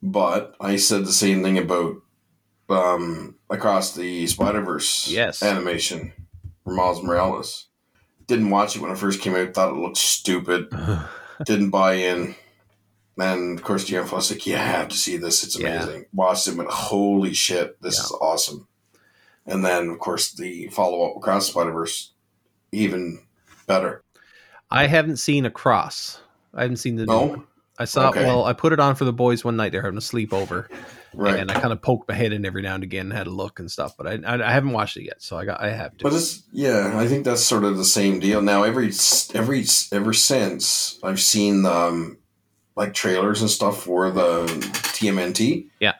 Speaker 2: but I said the same thing about um across the Spider Verse
Speaker 1: Yes.
Speaker 2: animation for Miles Morales. Didn't watch it when it first came out. Thought it looked stupid. Didn't buy in. And of course, Gianfranco was like, "You have to see this. It's
Speaker 1: Yeah.
Speaker 2: amazing." Watched it, and went, "Holy shit, this
Speaker 1: Yeah.
Speaker 2: is awesome!" And then, of course, the follow up across Spider Verse, even better.
Speaker 1: I haven't seen Across. I haven't seen the.
Speaker 2: No,
Speaker 1: I saw.
Speaker 2: Oh, Okay.
Speaker 1: Well, I put it on for the boys one night. They're having a sleepover,
Speaker 2: right.
Speaker 1: and I kind of poked my head in every now and again, had a look and stuff. But I, I, I haven't watched it yet, so I got. I have to.
Speaker 2: But it's yeah, I think that's sort of the same deal. Now every s- every s- ever since I've seen um like trailers and stuff for the TMNT.
Speaker 1: Yeah.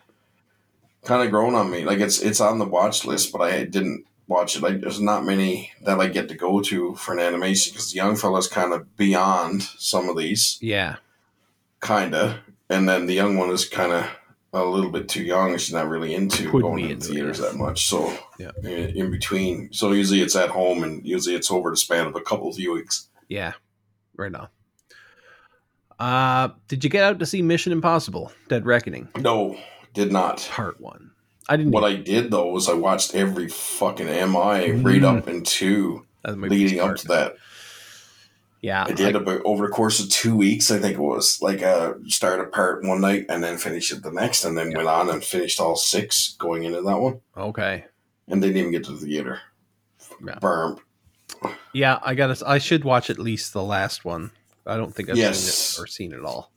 Speaker 2: Kind of grown on me. Like it's it's on the watch list, but I didn't watch it. Like there's not many that I get to go to for an animation because the young fella's kind of beyond some of these,
Speaker 1: yeah,
Speaker 2: kinda, and then the young one is kind of a little bit too young. She's not really into
Speaker 1: Could be
Speaker 2: going to the
Speaker 1: into it,
Speaker 2: theaters
Speaker 1: yeah.
Speaker 2: that much. So
Speaker 1: Yeah.
Speaker 2: in, in between, so usually it's at home, and usually it's over the span of a couple of viewings.
Speaker 1: yeah, right now. Uh, did you get out to see Mission Impossible: Dead Reckoning
Speaker 2: No, did not.
Speaker 1: Part One? I didn't.
Speaker 2: What I did though was I watched every fucking MI right up
Speaker 1: Mm.
Speaker 2: and two
Speaker 1: that might be
Speaker 2: leading
Speaker 1: smart.
Speaker 2: up to that.
Speaker 1: Yeah,
Speaker 2: I did about over the course of two weeks. I think it was like a start a part one night and then finish it the next, and then went on and finished all six going into that one,
Speaker 1: okay.
Speaker 2: and didn't even get to the theater.
Speaker 1: Yeah.
Speaker 2: Burp.
Speaker 1: Yeah, I gotta. I should watch at least the last one. I don't think I've
Speaker 2: Yes.
Speaker 1: seen it or seen it all.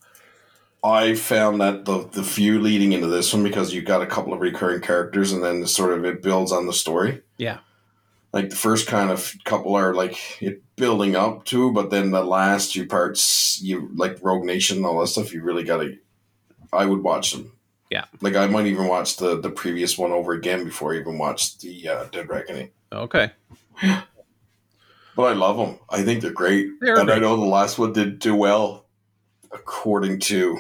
Speaker 2: I found that the the few leading into this one because you got a couple of recurring characters and then sort of it builds on the story.
Speaker 1: Yeah.
Speaker 2: Like the first kind of couple are like it building up to, but then the last two parts, you like Rogue Nation and all that stuff. You really gotta. I would watch them.
Speaker 1: Yeah.
Speaker 2: Like I might even watch the the previous one over again before I even watched the uh, Dead Reckoning.
Speaker 1: Okay,
Speaker 2: But I love them. I think they're great.
Speaker 1: They're
Speaker 2: and I
Speaker 1: great.
Speaker 2: know the last one did do well, according to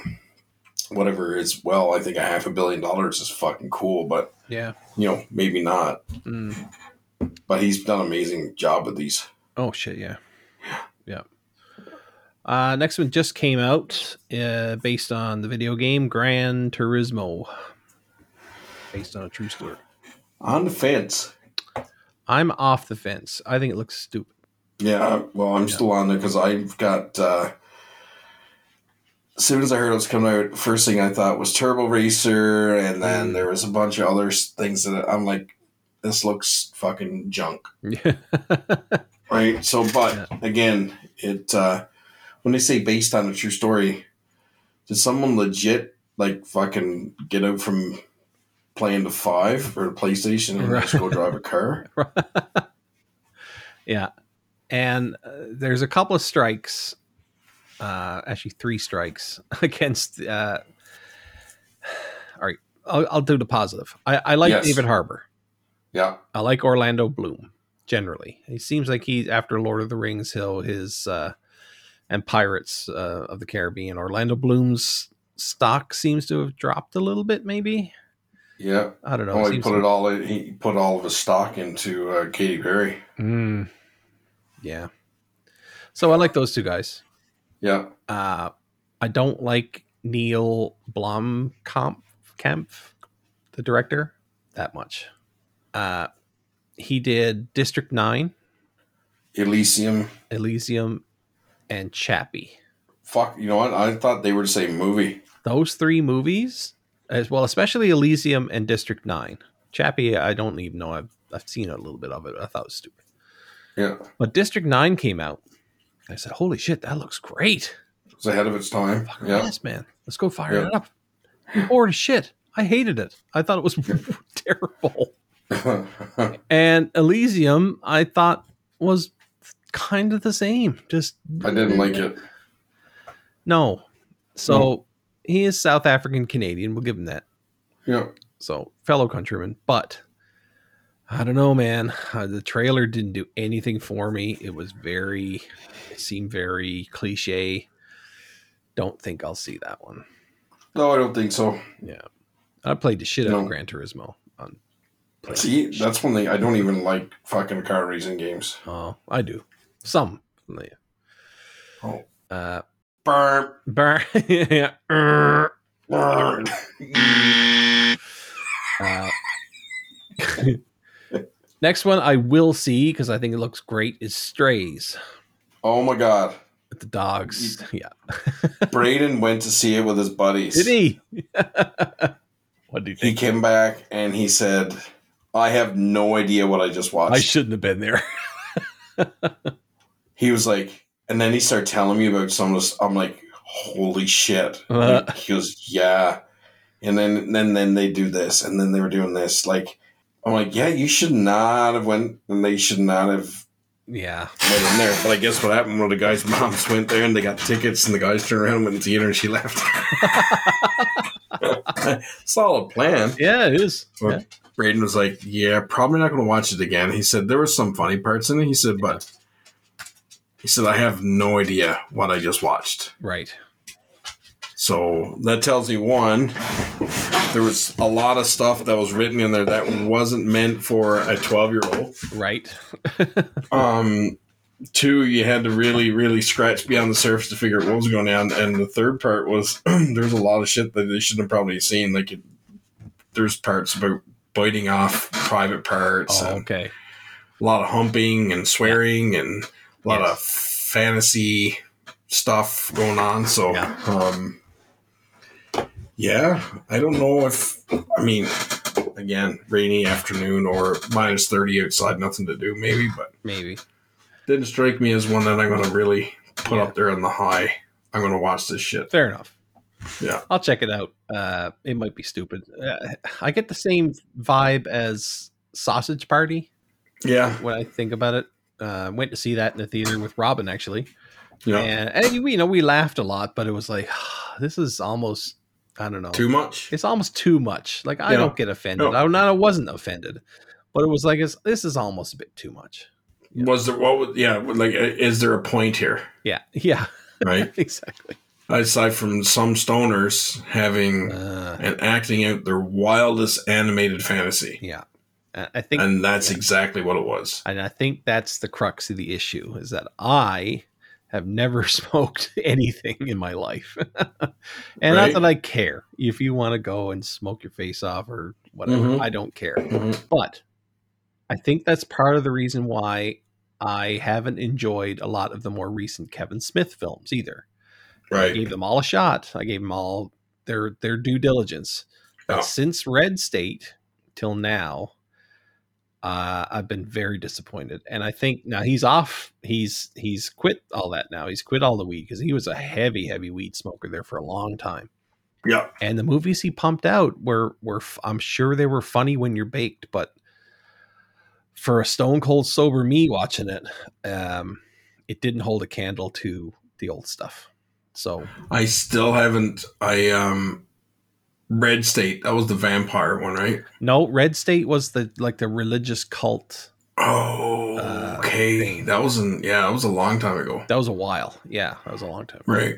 Speaker 2: whatever is well. I think a half a billion dollars is fucking cool, but
Speaker 1: yeah.
Speaker 2: you know maybe not.
Speaker 1: Mm.
Speaker 2: But he's done an amazing job with these.
Speaker 1: Oh shit, yeah, yeah. Uh, next one just came out, uh, based on the video game Gran Turismo, based on a true story.
Speaker 2: On the fence.
Speaker 1: I'm off the fence. I think it looks stupid.
Speaker 2: Yeah, well, I'm still on there because I've got. Uh, as soon as I heard it was coming out, first thing I thought was Turbo Racer, and then there was a bunch of other s- things that I'm like, this looks fucking junk. right so but again it uh when they say based on a true story did someone legit like fucking get out from playing the five or the playstation and just go drive a car
Speaker 1: yeah, and uh, there's a couple of strikes. Uh, actually, three strikes against. Uh, all right, I'll, I'll do the positive. I, I like
Speaker 2: Yes.
Speaker 1: David Harbor.
Speaker 2: yeah
Speaker 1: I like Orlando Bloom generally. He seems like he after Lord of the Rings, he'll his uh, and Pirates uh, of the Caribbean. Orlando Bloom's stock seems to have dropped a little bit. Maybe
Speaker 2: yeah
Speaker 1: I don't know.
Speaker 2: oh he
Speaker 1: seems
Speaker 2: put
Speaker 1: to-
Speaker 2: it all in, he put all of his stock into uh Katy Perry
Speaker 1: Mm. yeah. So I like those two guys.
Speaker 2: Yeah.
Speaker 1: Uh, I don't like Neil Blomkamp, Kamp, the director, that much. Uh, he did District Nine,
Speaker 2: Elysium.
Speaker 1: Elysium, and Chappie.
Speaker 2: Fuck. You know what? I thought they were the same movie.
Speaker 1: Those three movies, as well, especially Elysium and District Nine. Chappie, I don't even know. I've I've seen a little bit of it. But I thought it was stupid.
Speaker 2: Yeah.
Speaker 1: But District Nine came out. I said, "Holy shit, that looks great!
Speaker 2: It was ahead of its time.
Speaker 1: Fucking
Speaker 2: Yeah.
Speaker 1: yes, man, let's go fire
Speaker 2: Yeah.
Speaker 1: it up." Or shit, I hated it. I thought it was terrible.
Speaker 2: I
Speaker 1: And Elysium, I thought was kind of the same. Just
Speaker 2: didn't like it.
Speaker 1: no. So he is South African Canadian. We'll give him that.
Speaker 2: Yeah.
Speaker 1: So fellow countrymen, but I don't know, man. Uh, the trailer didn't do anything for me. It was very, it seemed very cliche. Don't think I'll see that one.
Speaker 2: No, I don't think so.
Speaker 1: Yeah, I played the shit out
Speaker 2: No.
Speaker 1: of Gran Turismo on.
Speaker 2: See,
Speaker 1: PlayStation.
Speaker 2: that's one thing I don't even like fucking car racing games.
Speaker 1: Oh, I do some. Yeah.
Speaker 2: Oh.
Speaker 1: Uh,
Speaker 2: Burp.
Speaker 1: burn. yeah. er.
Speaker 2: Burp.
Speaker 1: Uh, next one I will see because I think it looks great is Strays
Speaker 2: Oh my god.
Speaker 1: with the dogs. Yeah.
Speaker 2: Braden went to see it with his buddies.
Speaker 1: Did he? what do you
Speaker 2: He
Speaker 1: think?
Speaker 2: came back and he said, I have no idea what I just watched.
Speaker 1: I shouldn't have been there.
Speaker 2: he was like, and then he started telling me about some of this. I'm like, holy shit.
Speaker 1: Uh.
Speaker 2: he goes, yeah. And then, then, then they do this, and then they were doing this. Like, I'm like, yeah, you should not have went, and they should not have
Speaker 1: yeah.
Speaker 2: went in there. But I guess what happened? One of the guys' moms went there, and they got tickets, and the guys turned around, and went to the theater, and she left. Solid plan.
Speaker 1: Yeah, it is.
Speaker 2: Or
Speaker 1: Yeah.
Speaker 2: Braden was like, "Yeah, probably not going to watch it again." He said there were some funny parts in it. He said, "But," he said, "I have no idea what I just watched."
Speaker 1: Right.
Speaker 2: So that tells you one, there was a lot of stuff that was written in there that wasn't meant for a twelve-year-old.
Speaker 1: Right.
Speaker 2: Um, two, you had to really, really scratch beyond the surface to figure out what was going on. And the third part was there's a lot of shit that they shouldn't have probably seen. Like, it, there's parts about biting off private parts,
Speaker 1: Oh,
Speaker 2: and
Speaker 1: okay. Oh.
Speaker 2: a lot of humping and swearing, and a lot
Speaker 1: Yes.
Speaker 2: of fantasy stuff going on. So,
Speaker 1: Yeah.
Speaker 2: um, yeah, I don't know if I mean. Again, rainy afternoon or minus 30 outside, nothing to do, maybe, but
Speaker 1: Maybe.
Speaker 2: didn't strike me as one that I'm gonna really put
Speaker 1: Yeah.
Speaker 2: up there on the high. I'm gonna watch this shit.
Speaker 1: Fair enough.
Speaker 2: Yeah.
Speaker 1: I'll check it out. Uh, it might be stupid. Uh, I get the same vibe as Sausage Party
Speaker 2: Yeah,
Speaker 1: when I think about it. Uh, went to see that in the theater with Robin actually.
Speaker 2: yeah.
Speaker 1: And, and you know, we laughed a lot, but it was like, this is almost, I don't know,
Speaker 2: Too much.
Speaker 1: it's almost too much. Like I
Speaker 2: Yeah.
Speaker 1: don't get offended.
Speaker 2: No.
Speaker 1: I, not, I wasn't offended, but it was like, it's, this is almost a bit too much. Yeah.
Speaker 2: Was there what? Would, yeah, like is there a point here?
Speaker 1: Yeah, yeah,
Speaker 2: Right.
Speaker 1: exactly.
Speaker 2: Aside from some stoners having
Speaker 1: Uh,
Speaker 2: and acting out their wildest animated fantasy,
Speaker 1: yeah, I I think,
Speaker 2: and that's
Speaker 1: yeah.
Speaker 2: exactly what it was.
Speaker 1: and I think that's the crux of the issue is that I have never smoked anything in my life, and not
Speaker 2: Right.
Speaker 1: that I care. If you want to go and smoke your face off or whatever,
Speaker 2: Mhm.
Speaker 1: I don't care. But I think that's part of the reason why I haven't enjoyed a lot of the more recent Kevin Smith films either. I
Speaker 2: Right.
Speaker 1: gave them all a shot. I gave them all their their due diligence. But
Speaker 2: Yeah.
Speaker 1: since Red State till now, uh, I've been very disappointed. And I think now he's off. He's he's quit all that now. He's quit all the weed because he was a heavy heavy weed smoker there for a long time.
Speaker 2: Yeah.
Speaker 1: And the movies he pumped out were were f- I'm sure they were funny when you're baked, but for a stone cold sober me watching it, um, it didn't hold a candle to the old stuff. So
Speaker 2: I still haven't. I um, Red State. That was the vampire one, right?
Speaker 1: No, Red State was the like the religious cult.
Speaker 2: Oh,
Speaker 1: Uh,
Speaker 2: okay. That was in yeah. That was a long time ago.
Speaker 1: That was a while. Yeah, that was a long time.
Speaker 2: Right.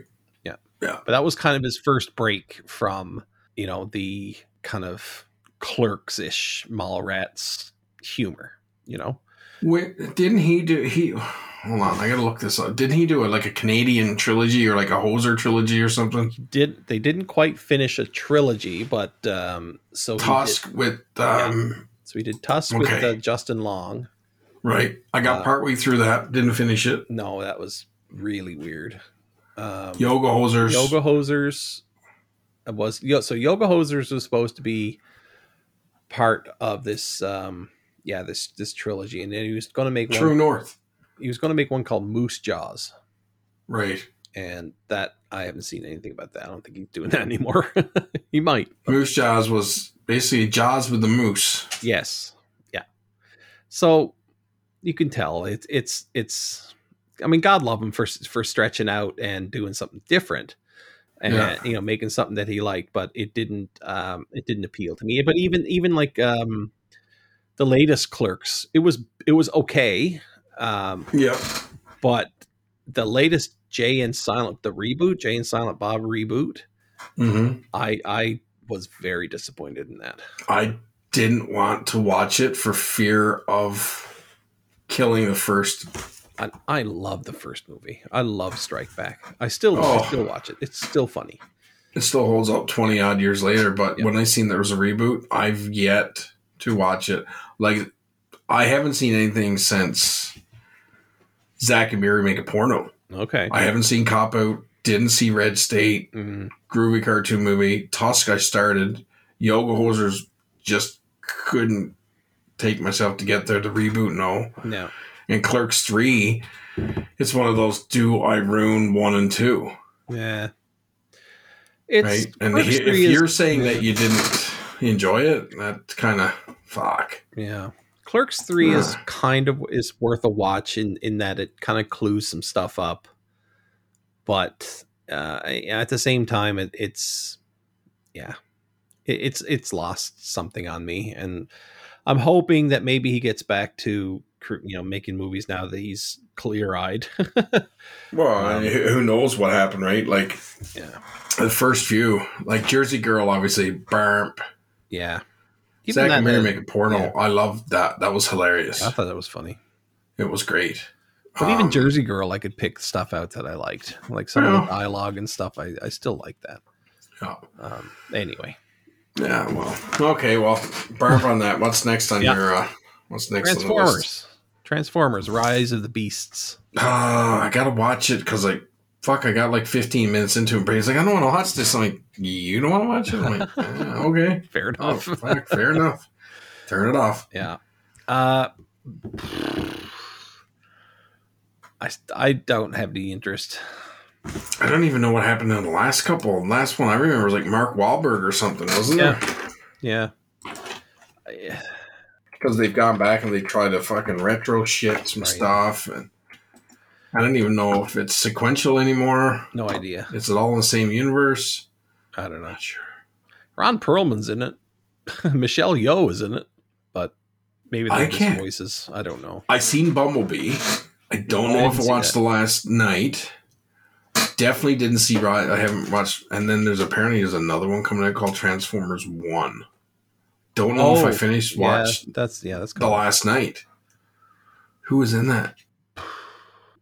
Speaker 1: But that was kind of his first break from, you know, the kind of clerks ish mall rats humor, you know?
Speaker 2: Wait, didn't he do he? Hold on, I gotta look this up. Didn't he do a, like a Canadian trilogy or like a Hoser trilogy or something?
Speaker 1: Did they didn't quite finish a trilogy, but um, so he
Speaker 2: Tusk
Speaker 1: did-
Speaker 2: with um,
Speaker 1: so we did Tusk with
Speaker 2: Okay.
Speaker 1: uh, Justin Long.
Speaker 2: right. I got
Speaker 1: Uh,
Speaker 2: partway through that, didn't finish it.
Speaker 1: No, that was really weird. Um,
Speaker 2: Yoga Hosers.
Speaker 1: Yoga Hosers was yo- so Yoga Hosers was supposed to be part of this um yeah this this trilogy and then he was going to make
Speaker 2: True
Speaker 1: one
Speaker 2: North.
Speaker 1: he was going to make one called Moose Jaws
Speaker 2: Right.
Speaker 1: and that I haven't seen anything about that I don't think he's doing that anymore he might
Speaker 2: Moose Jaws was basically Jaws with the moose.
Speaker 1: yes yeah so you can tell it's it's it's I mean God love him for for stretching out and doing something different and
Speaker 2: Yeah.
Speaker 1: you know making something that he liked but it didn't um it didn't appeal to me but even even like um the latest clerks it was it was okay um
Speaker 2: Yep.
Speaker 1: but the latest jay and silent the reboot jay and silent bob reboot
Speaker 2: hmm
Speaker 1: i i was very disappointed in that
Speaker 2: I didn't want to watch it for fear of killing the first.
Speaker 1: i, I love the first movie i love strike back i still
Speaker 2: Oh.
Speaker 1: I still watch it it's still funny
Speaker 2: It still holds up 20 odd years later, but
Speaker 1: Yeah.
Speaker 2: when I seen there was a reboot, I've yet to watch it. Like, I haven't seen anything since Zach and Mary make a porno.
Speaker 1: okay
Speaker 2: I haven't seen Cop Out, didn't see Red State.
Speaker 1: Mm,
Speaker 2: groovy cartoon movie. Tusk I started. Yoga Hosers just couldn't take myself to get there to reboot no.
Speaker 1: no
Speaker 2: And Clerks three, it's one of those do I ruin one and two,
Speaker 1: yeah it's
Speaker 2: right? And
Speaker 1: Clerks
Speaker 2: he- if
Speaker 1: 3 is-
Speaker 2: you're saying that you didn't enjoy it, that's kind of fuck.
Speaker 1: Yeah. Clerks 3 is
Speaker 2: Ugh.
Speaker 1: kind of is worth a watch in in that it kind of clues some stuff up. But uh at the same time it, it's yeah. It, it's it's lost something on me and I'm hoping that maybe he gets back to cr- you know making movies now that he's clear-eyed.
Speaker 2: Well,
Speaker 1: I mean,
Speaker 2: who knows what happened, right? Like
Speaker 1: yeah.
Speaker 2: the first few, like Jersey Girl, obviously, burp.
Speaker 1: Yeah. Even
Speaker 2: Zach
Speaker 1: that,
Speaker 2: and Mary
Speaker 1: uh,
Speaker 2: make a porno.
Speaker 1: yeah.
Speaker 2: I loved that. That was hilarious.
Speaker 1: I thought that was funny.
Speaker 2: It was great.
Speaker 1: But even
Speaker 2: Um,
Speaker 1: Jersey Girl, I could pick stuff out that I liked, like some of
Speaker 2: Yeah.
Speaker 1: the dialogue and stuff. I, I still like that.
Speaker 2: Yeah.
Speaker 1: Um, anyway,
Speaker 2: Yeah, well, okay, well, barf on that. What's next on
Speaker 1: Yeah.
Speaker 2: your? Uh, what's next? On the list?
Speaker 1: Transformers. Transformers: Rise of the Beasts.
Speaker 2: Ah, I gotta watch it because like, fuck, I got like 15 minutes into it. But he's like, I don't want to watch this. I'm like, you don't want to watch it? I'm like, "Yeah, okay,
Speaker 1: Fair
Speaker 2: oh,
Speaker 1: enough.
Speaker 2: fuck, fair enough. Turn it off.
Speaker 1: yeah. Uh, I I don't have any interest.
Speaker 2: I don't even know what happened in the last couple. The last one I remember was like Mark Wahlberg or something, wasn't
Speaker 1: Yeah.
Speaker 2: it? there?
Speaker 1: Yeah. I-
Speaker 2: Because they've gone back and they tried to fucking retro shit some
Speaker 1: Right.
Speaker 2: stuff, and I don't even know if it's sequential anymore.
Speaker 1: No idea.
Speaker 2: Is it all in the same universe?
Speaker 1: I don't know.
Speaker 2: Not sure.
Speaker 1: Ron Perlman's in it. Michelle Yeoh is in it, but maybe
Speaker 2: I
Speaker 1: they're just
Speaker 2: can't-
Speaker 1: voices. I don't know.
Speaker 2: I seen Bumblebee. I don't
Speaker 1: I
Speaker 2: know
Speaker 1: didn't
Speaker 2: if I
Speaker 1: see
Speaker 2: watched
Speaker 1: that.
Speaker 2: the last night. Definitely didn't see Rise. I haven't watched. And then there's apparently there's another one coming out called Transformers One. Don't know if
Speaker 1: Oh,
Speaker 2: I finished watched
Speaker 1: Yeah, that's yeah. That's
Speaker 2: the
Speaker 1: cool.
Speaker 2: last night. Who was in that?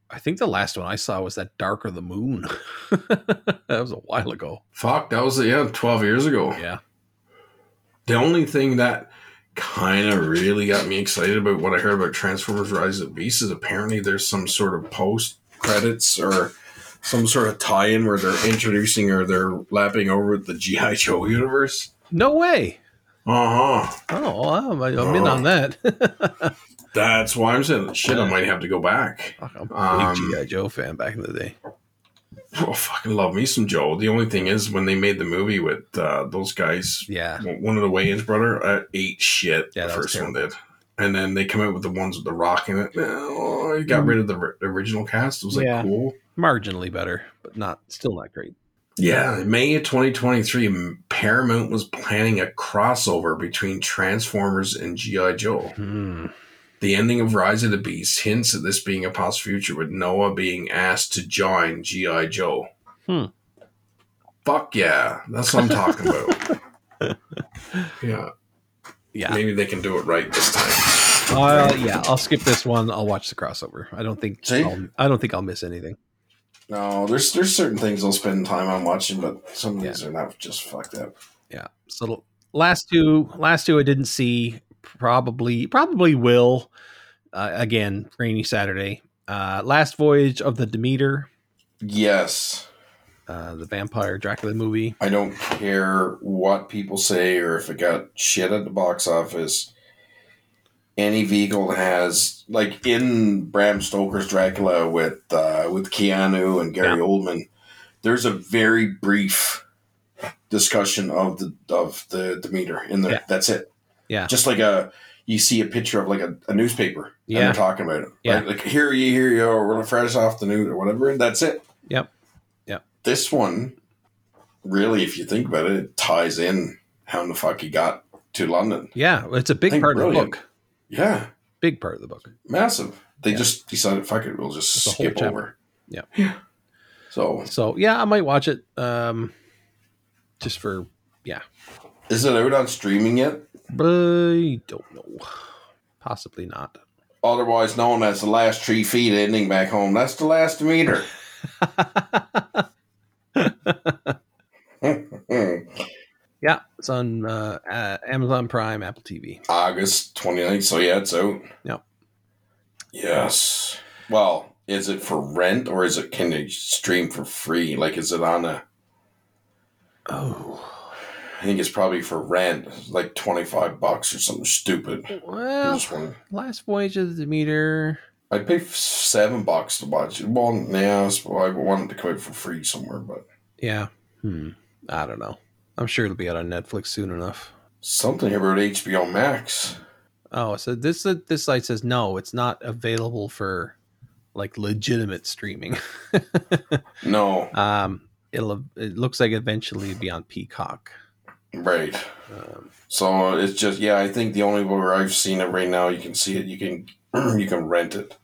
Speaker 1: I think the last one I saw was that Dark of the Moon. that was a while ago.
Speaker 2: Fuck, that was yeah, twelve years ago.
Speaker 1: Yeah.
Speaker 2: The only thing that kind of really got me excited about what I heard about Transformers Rise of the Beast is apparently there's some sort of post credits or some sort of tie in where they're introducing or they're lapping over the G.I. Joe universe.
Speaker 1: No way.
Speaker 2: Uh huh.
Speaker 1: Oh, wow, I'm, I'm in
Speaker 2: Oh.
Speaker 1: on that.
Speaker 2: That's why I'm saying shit, I might have to go back.
Speaker 1: Fuck, I'm a
Speaker 2: Um,
Speaker 1: big G.I. Joe fan back in the day.
Speaker 2: Oh, fucking love me some Joe. The only thing is, when they made the movie with uh, those guys,
Speaker 1: Yeah.
Speaker 2: one of the Wayans brother uh, ate shit.
Speaker 1: Yeah,
Speaker 2: the
Speaker 1: that was
Speaker 2: first one did, and then they come out with the ones with the rock in it. Oh, it got rid of the ri- original cast. It was like
Speaker 1: Yeah.
Speaker 2: cool.
Speaker 1: Marginally better, but not still not great.
Speaker 2: Yeah, May of 2023, M- Paramount was planning a crossover between Transformers and GI Joe.
Speaker 1: Hmm.
Speaker 2: The ending of Rise of the Beast hints at this being a possible future, with Noah being asked to join GI Joe.
Speaker 1: Hmm.
Speaker 2: Fuck yeah, that's what I'm talking about. yeah,
Speaker 1: Yeah.
Speaker 2: maybe they can do it right this time.
Speaker 1: Uh, yeah, I'll skip this one. I'll watch the crossover. I don't think
Speaker 2: See?
Speaker 1: I'll, I don't think I'll miss anything.
Speaker 2: No, there's there's certain things I'll spend time on watching, but some of these are not just fucked up.
Speaker 1: Yeah. So the last two, last two I didn't see. Probably, probably will. Uh, again, rainy Saturday. Uh, last voyage of the Demeter,
Speaker 2: Yes,
Speaker 1: uh, the vampire Dracula movie.
Speaker 2: I don't care what people say or if it got shit at the box office. Any vehicle that has like in Bram Stoker's Dracula with uh, with Keanu and Gary
Speaker 1: Yeah.
Speaker 2: Oldman. There's a very brief discussion of the of the Demeter in there.
Speaker 1: Yeah.
Speaker 2: That's it.
Speaker 1: Yeah.
Speaker 2: just like a you see a picture of like a, a newspaper
Speaker 1: Yeah.
Speaker 2: and they're talking about it.
Speaker 1: Yeah.
Speaker 2: Right? Like here you here you are, we're fresh off the news or whatever, and that's it.
Speaker 1: Yep. Yep.
Speaker 2: This one, really, if you think about it, it ties in how the fuck he got to London.
Speaker 1: Yeah, well, it's a big
Speaker 2: Think
Speaker 1: part of
Speaker 2: brilliant.
Speaker 1: the book.
Speaker 2: Yeah.
Speaker 1: Big part of the book.
Speaker 2: Massive. They
Speaker 1: Yeah.
Speaker 2: just decided fuck it, we'll just
Speaker 1: It's a whole
Speaker 2: skip
Speaker 1: chapter.
Speaker 2: over.
Speaker 1: Yeah.
Speaker 2: So
Speaker 1: So yeah, I might watch it. Um, just for
Speaker 2: is it out on streaming yet?
Speaker 1: but I don't know. Possibly not.
Speaker 2: Otherwise known as the last three feet ending back home. That's the last meter. Hmm.
Speaker 1: Yeah, it's on uh, uh, Amazon Prime, Apple TV.
Speaker 2: August 29th. So yeah, it's out.
Speaker 1: Yep.
Speaker 2: Yes. Well, is it for rent or is it can you stream for free? Like, is it on a?
Speaker 1: Oh,
Speaker 2: I think it's probably for rent, It's like twenty five bucks or something stupid.
Speaker 1: well,
Speaker 2: This one,
Speaker 1: Last Voyage of the Demeter.
Speaker 2: I pay f- seven bucks to watch it. Well, yeah, I sup- I wanted to come out for free somewhere, but
Speaker 1: Yeah, hmm. I don't know. I'm sure it'll be out on Netflix soon enough.
Speaker 2: something about HBO Max.
Speaker 1: Oh, so this this site says no, it's not available for like legitimate streaming.
Speaker 2: No,
Speaker 1: um, it'll it looks like eventually it'll be on Peacock.
Speaker 2: right.
Speaker 1: Um,
Speaker 2: So it's just yeah. I think the only where I've seen it right now, you can see it. You can you can rent it.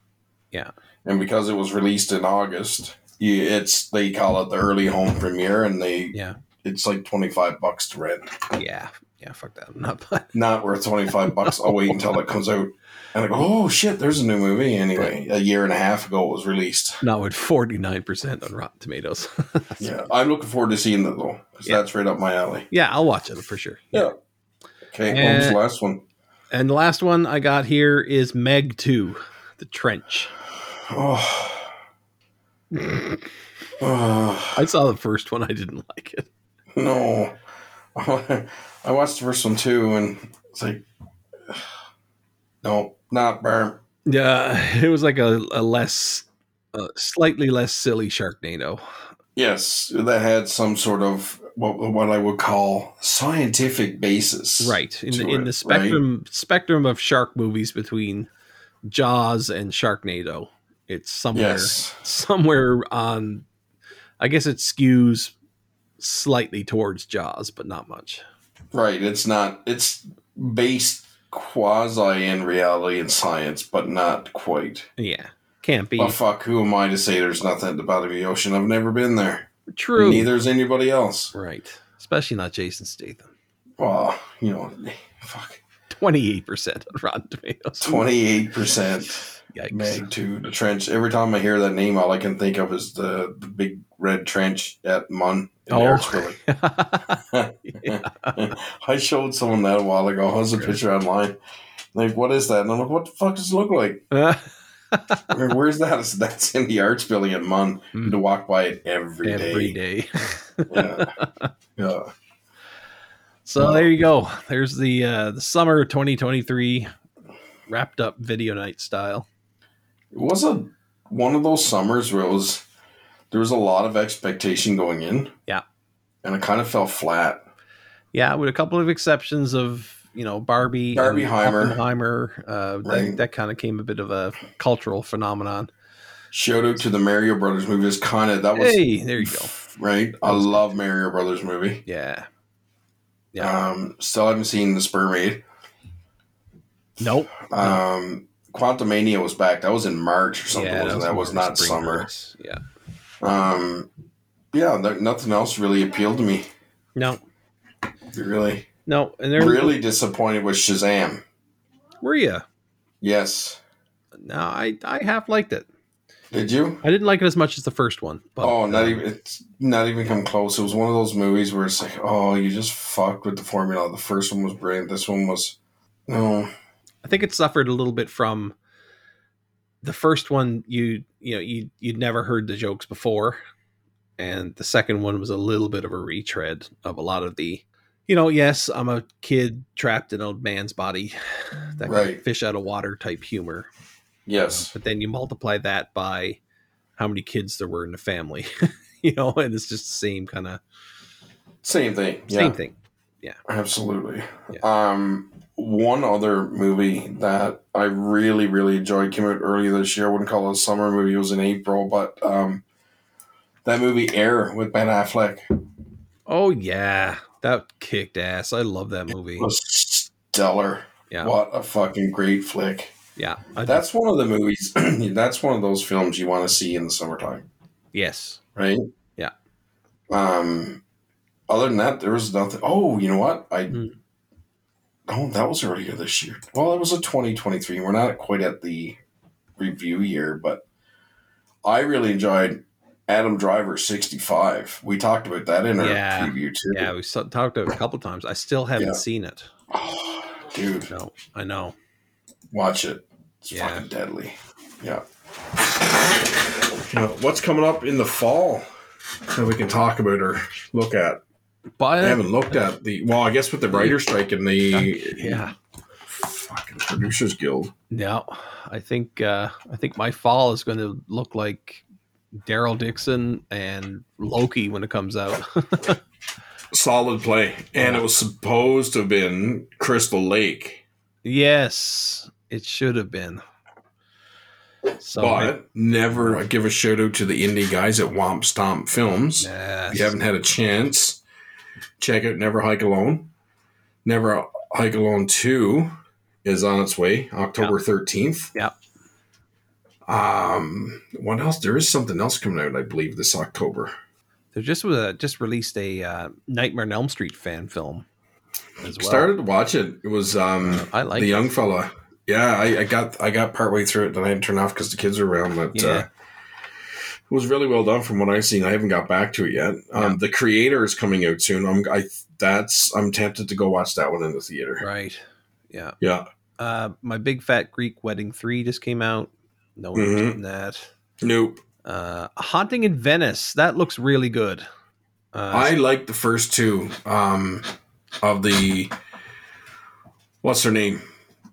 Speaker 1: Yeah.
Speaker 2: And because it was released in August, you, it's they call it the early home premiere, and they
Speaker 1: yeah,
Speaker 2: it's like twenty five bucks to rent.
Speaker 1: yeah, yeah. Fuck that. I'm not buying.
Speaker 2: Not worth twenty five bucks. I'll wait until it comes out. And I go, oh shit, there's a new movie. Anyway, a year and a half ago it was released.
Speaker 1: Not with 49 percent on Rotten Tomatoes.
Speaker 2: Yeah, I'm looking forward to seeing that though, because
Speaker 1: Yeah.
Speaker 2: that's right up my alley.
Speaker 1: yeah, I'll watch it for sure.
Speaker 2: Yeah. Okay, what was
Speaker 1: Eh.
Speaker 2: the last one?
Speaker 1: And the last one I got here is Meg 2, The Trench.
Speaker 2: Oh. oh.
Speaker 1: I saw the first one, I didn't like it.
Speaker 2: No. I watched the first one too, and it's like, no, not burn.
Speaker 1: Yeah, it was like a, a less, uh, slightly less silly Sharknado.
Speaker 2: Yes, that had some sort of what, what I would call scientific basis.
Speaker 1: Right. In,
Speaker 2: To
Speaker 1: the in
Speaker 2: it,
Speaker 1: the spectrum spectrum of shark movies between Jaws and Sharknado, it's somewhere
Speaker 2: Yes.
Speaker 1: somewhere on I guess it skews slightly towards Jaws, but not much.
Speaker 2: Right. It's not, it's based quasi in reality and science, but not quite.
Speaker 1: Yeah. Can't be
Speaker 2: But fuck, who am I to say there's nothing at the bottom of the ocean? I've never been there.
Speaker 1: true.
Speaker 2: Neither is anybody else.
Speaker 1: Right. Especially not Jason Statham.
Speaker 2: Well, you know, fuck,
Speaker 1: Twenty eight percent on Rotten Tomatoes.
Speaker 2: twenty eight percent
Speaker 1: Yikes.
Speaker 2: Meg to the trench. Every time I hear that name, all I can think of is the, the big red trench at Mun. in
Speaker 1: Oh.
Speaker 2: Arizona. I showed someone that a while ago. I was a
Speaker 1: Okay.
Speaker 2: picture online. Like, what is that? And I'm like, what the fuck does it look like?
Speaker 1: Uh,
Speaker 2: I mean, Where's that? I said, That's in the arts building at Mun.
Speaker 1: Mm.
Speaker 2: You had to walk by it every day.
Speaker 1: every day.
Speaker 2: Yeah. yeah.
Speaker 1: So there you go. There's the uh, the summer 2023 wrapped up video night style.
Speaker 2: It was a one of those summers where it was there was a lot of expectation going in.
Speaker 1: Yeah.
Speaker 2: And it kind of fell flat.
Speaker 1: Yeah, with a couple of exceptions of you know Barbie,
Speaker 2: Barbie
Speaker 1: and
Speaker 2: Heimer.
Speaker 1: Oppenheimer, uh,
Speaker 2: Right.
Speaker 1: that, that kind of came a bit of a cultural phenomenon.
Speaker 2: Shout out to the Mario Brothers movie. It's kind of that was
Speaker 1: Hey, there you go.
Speaker 2: right. I love Mario Brothers movie.
Speaker 1: Yeah, yeah.
Speaker 2: Um, still haven't seen the Sperm Aid.
Speaker 1: nope.
Speaker 2: Um, Quantum Mania was back. That was in March or something.
Speaker 1: yeah,
Speaker 2: wasn't that,
Speaker 1: more
Speaker 2: was,
Speaker 1: of a
Speaker 2: not
Speaker 1: spring
Speaker 2: summer.
Speaker 1: release. Yeah.
Speaker 2: Um, yeah, th- nothing else really appealed to me.
Speaker 1: No.
Speaker 2: Really,
Speaker 1: No. And there
Speaker 2: really disappointed with Shazam.
Speaker 1: were you?
Speaker 2: Yes.
Speaker 1: No, I I half liked it.
Speaker 2: Did you?
Speaker 1: I didn't like it as much as the first one. But,
Speaker 2: oh, not
Speaker 1: uh,
Speaker 2: even it's not even come close. It was one of those movies where it's like, oh, you just fucked with the formula. The first one was brilliant. This one was no.
Speaker 1: I think it suffered a little bit from the first one. You you know you you'd never heard the jokes before, and the second one was a little bit of a retread of a lot of the, you know, yes, I'm a kid trapped in an old man's body, that kind of
Speaker 2: Right.
Speaker 1: fish out of water type humor.
Speaker 2: Yes.
Speaker 1: But then you multiply that by how many kids there were in the family, you know, and it's just the same kind of
Speaker 2: Same thing.
Speaker 1: same thing.
Speaker 2: Absolutely. Um, one other movie that I really, really enjoyed came out earlier this year. I wouldn't call it a summer movie; it was in April. But um, that movie Air with Ben Affleck
Speaker 1: Oh yeah, that kicked ass. I love that movie.
Speaker 2: was stellar.
Speaker 1: Yeah,
Speaker 2: What a fucking great flick!
Speaker 1: yeah. I-
Speaker 2: That's one of the movies. that's one of those films you want to see in the summertime,
Speaker 1: yes.
Speaker 2: right?
Speaker 1: Yeah.
Speaker 2: Um. Other than that, there was nothing. Oh, you know what? I.
Speaker 1: Hmm.
Speaker 2: Oh, that was earlier this year. Well, it was a 2023. We're not quite at the review year, but I really enjoyed Adam Driver 65. We talked about that in our
Speaker 1: Yeah.
Speaker 2: preview too.
Speaker 1: Yeah, we so- talked about it a couple times. I still haven't
Speaker 2: Yeah.
Speaker 1: seen it.
Speaker 2: Oh, dude,
Speaker 1: No, I know.
Speaker 2: watch it. It's
Speaker 1: Yeah.
Speaker 2: fucking deadly. Yeah. Now, what's coming up in the fall that we can talk about or look at? I
Speaker 1: But
Speaker 2: haven't looked at the well. I guess with the writer strike and the
Speaker 1: yeah,
Speaker 2: fucking producers guild.
Speaker 1: no. I think uh, I think my fall is going to look like Daryl Dixon and Loki when it comes out.
Speaker 2: Solid play, and it was supposed to have been Crystal Lake,
Speaker 1: yes, it should have been. So
Speaker 2: but never. I give a shout out to the indie guys at Womp Stomp Films.
Speaker 1: yes.
Speaker 2: If you haven't had a chance, check out Never Hike Alone. Never Hike Alone 2 is on its way, October 13th.
Speaker 1: Yep.
Speaker 2: Um, what else? There is something else coming out, I believe, this October.
Speaker 1: There just was a, just released a uh, Nightmare on Elm Street fan film as well.
Speaker 2: Started to watch it. It was um
Speaker 1: I like
Speaker 2: the
Speaker 1: it.
Speaker 2: young fella. Yeah, I, I got I got partway through it, then I had to turn off because the kids were around. But
Speaker 1: Yeah.
Speaker 2: uh, it was really well done from what I've seen. I haven't got back to it yet. Um, The creator is coming out soon. I'm I that's I'm tempted to go watch that one in the theater.
Speaker 1: right. Yeah.
Speaker 2: Yeah,
Speaker 1: Uh, my big fat Greek wedding three just came out. No one
Speaker 2: Mhm.
Speaker 1: in that.
Speaker 2: nope.
Speaker 1: Uh, A haunting in Venice. That looks really good. Uh,
Speaker 2: I like the first two um of the what's her name?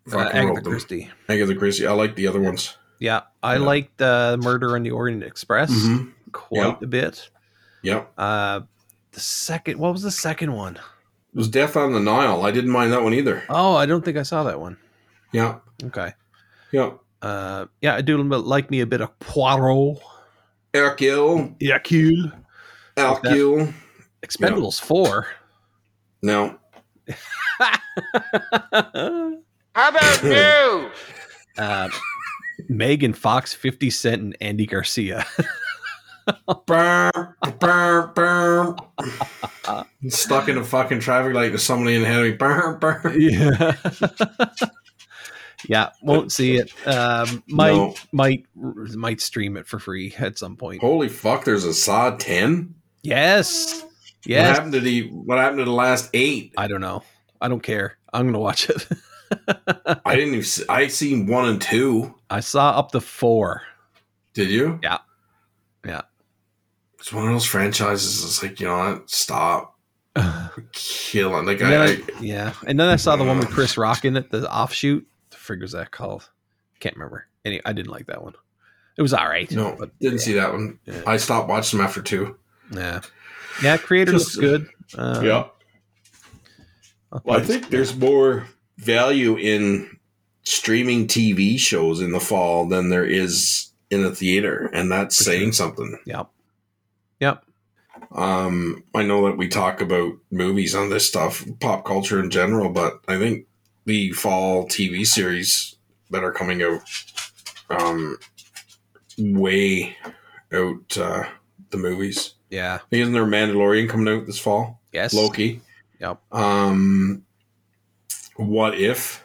Speaker 1: uh,
Speaker 2: Fucking
Speaker 1: Agatha
Speaker 2: wrote them.
Speaker 1: Christie.
Speaker 2: Agatha Christie. I like the other ones.
Speaker 1: Yeah, I
Speaker 2: Yeah.
Speaker 1: liked uh, Murder on the Orient Express
Speaker 2: Mhm.
Speaker 1: quite
Speaker 2: Yeah.
Speaker 1: a bit.
Speaker 2: Yep.
Speaker 1: Uh, the second, what was the second one?
Speaker 2: It was Death on the Nile. I didn't mind that one either.
Speaker 1: Oh, I don't think I saw that one.
Speaker 2: Yeah,
Speaker 1: Okay.
Speaker 2: yeah.
Speaker 1: Uh, yeah, I do like me a bit of Poirot.
Speaker 2: Hercule,
Speaker 1: Yakul.
Speaker 2: Hercule.
Speaker 1: Expendables four.
Speaker 2: No,
Speaker 3: How about new?
Speaker 1: uh, Megan Fox, Fifty Cent, and Andy Garcia.
Speaker 2: Burr, burr, burr. Stuck in a fucking traffic light with somebody in the head. of me. Burr, burr.
Speaker 1: yeah yeah won't see it um might
Speaker 2: No. Oh.
Speaker 1: might might stream it for free at some point
Speaker 2: Holy fuck! There's a Saw ten.
Speaker 1: yes
Speaker 2: What
Speaker 1: yes
Speaker 2: happened to the What happened to the last eight?
Speaker 1: i don't know i don't care i'm gonna watch it
Speaker 2: I didn't even. See, I seen one and two.
Speaker 1: i saw up to four
Speaker 2: Did you?
Speaker 1: Yeah. Yeah.
Speaker 2: It's one of those franchises. It's like you know what? Stop
Speaker 1: And
Speaker 2: killing. Like
Speaker 1: then
Speaker 2: I, I,
Speaker 1: I- yeah and then i saw the one with chris rock in it the offshoot the frig was that called can't remember any i didn't like that one it was all right
Speaker 2: no,
Speaker 1: but
Speaker 2: didn't see that one.
Speaker 1: Yeah.
Speaker 2: I stopped watching them after two.
Speaker 1: yeah yeah creator looks
Speaker 2: Just-
Speaker 1: good uh, I'll
Speaker 2: Well, I
Speaker 1: probably-
Speaker 2: think there's more value in streaming TV shows in the fall than there is in a theater, and that's
Speaker 1: For
Speaker 2: saying something.
Speaker 1: Yep. Yep.
Speaker 2: Um, I know that we talk about movies on this stuff, pop culture in general, but I think the fall TV series that are coming out um, way out uh, the movies.
Speaker 1: yeah
Speaker 2: I think Isn't there Mandalorian coming out this fall?
Speaker 1: yes
Speaker 2: Loki.
Speaker 1: Yep.
Speaker 2: Um, what if?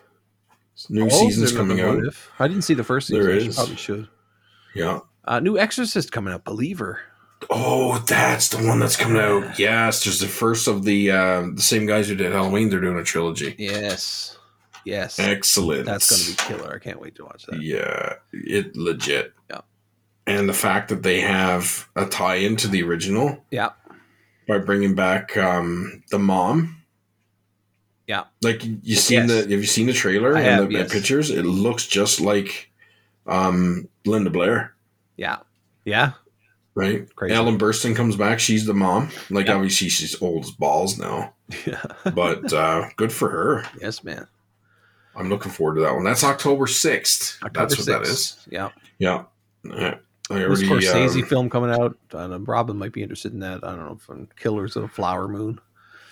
Speaker 2: New season's coming out.
Speaker 1: Oh, What If. I didn't see the first season.
Speaker 2: There
Speaker 1: I should-
Speaker 2: is.
Speaker 1: Probably should.
Speaker 2: Yeah.
Speaker 1: Uh, new Exorcist coming up. Believer.
Speaker 2: Oh, that's the one that's coming out. Yes, there's the first of the uh, the same guys who did Halloween. They're doing a trilogy.
Speaker 1: Yes. Yes.
Speaker 2: Excellent.
Speaker 1: That's going to be killer. I can't wait to watch that.
Speaker 2: Yeah, it legit.
Speaker 1: Yeah.
Speaker 2: And the fact that they have a tie into the original.
Speaker 1: Yeah.
Speaker 2: By bringing back um, the mom.
Speaker 1: Yeah.
Speaker 2: Like you seen
Speaker 1: Yes.
Speaker 2: the have you seen the trailer
Speaker 1: I
Speaker 2: and
Speaker 1: have,
Speaker 2: the
Speaker 1: yes.
Speaker 2: pictures? It looks just like um, Linda Blair,
Speaker 1: Yeah. Yeah.
Speaker 2: right?
Speaker 1: Crazy.
Speaker 2: Ellen Burstyn comes back. She's the mom. Like
Speaker 1: Yeah.
Speaker 2: obviously she's old as balls now,
Speaker 1: Yeah.
Speaker 2: but uh, good for her.
Speaker 1: yes, man.
Speaker 2: I'm looking forward to that one. That's October sixth.
Speaker 1: October
Speaker 2: That's what that
Speaker 1: 6th.
Speaker 2: is.
Speaker 1: Yeah.
Speaker 2: Yeah. Yeah. I
Speaker 1: This
Speaker 2: already,
Speaker 1: Scorsese
Speaker 2: um,
Speaker 1: film coming out. I don't know, Robin might be interested in that. I don't know. From Killers of the Flower Moon.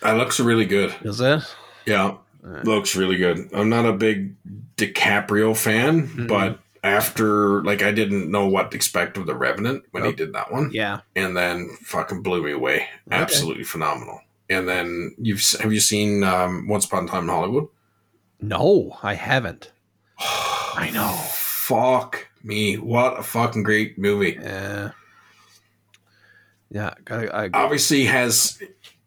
Speaker 2: That looks really good.
Speaker 1: Is Uh, that?
Speaker 2: Yeah,
Speaker 1: Alright.
Speaker 2: looks really good. I'm not a big DiCaprio fan,
Speaker 1: Mhm.
Speaker 2: but after like I didn't know what to expect of the Revenant when he
Speaker 1: Yep.
Speaker 2: did that one,
Speaker 1: Yeah.
Speaker 2: and then fucking blew me away.
Speaker 1: Okay.
Speaker 2: Absolutely phenomenal. And then you've s- have you seen um, Once Upon a Time in Hollywood?
Speaker 1: No, I haven't.
Speaker 2: I
Speaker 1: know.
Speaker 2: Fuck me! What a fucking great movie.
Speaker 1: Uh, yeah. Gotta, I,
Speaker 2: obviously has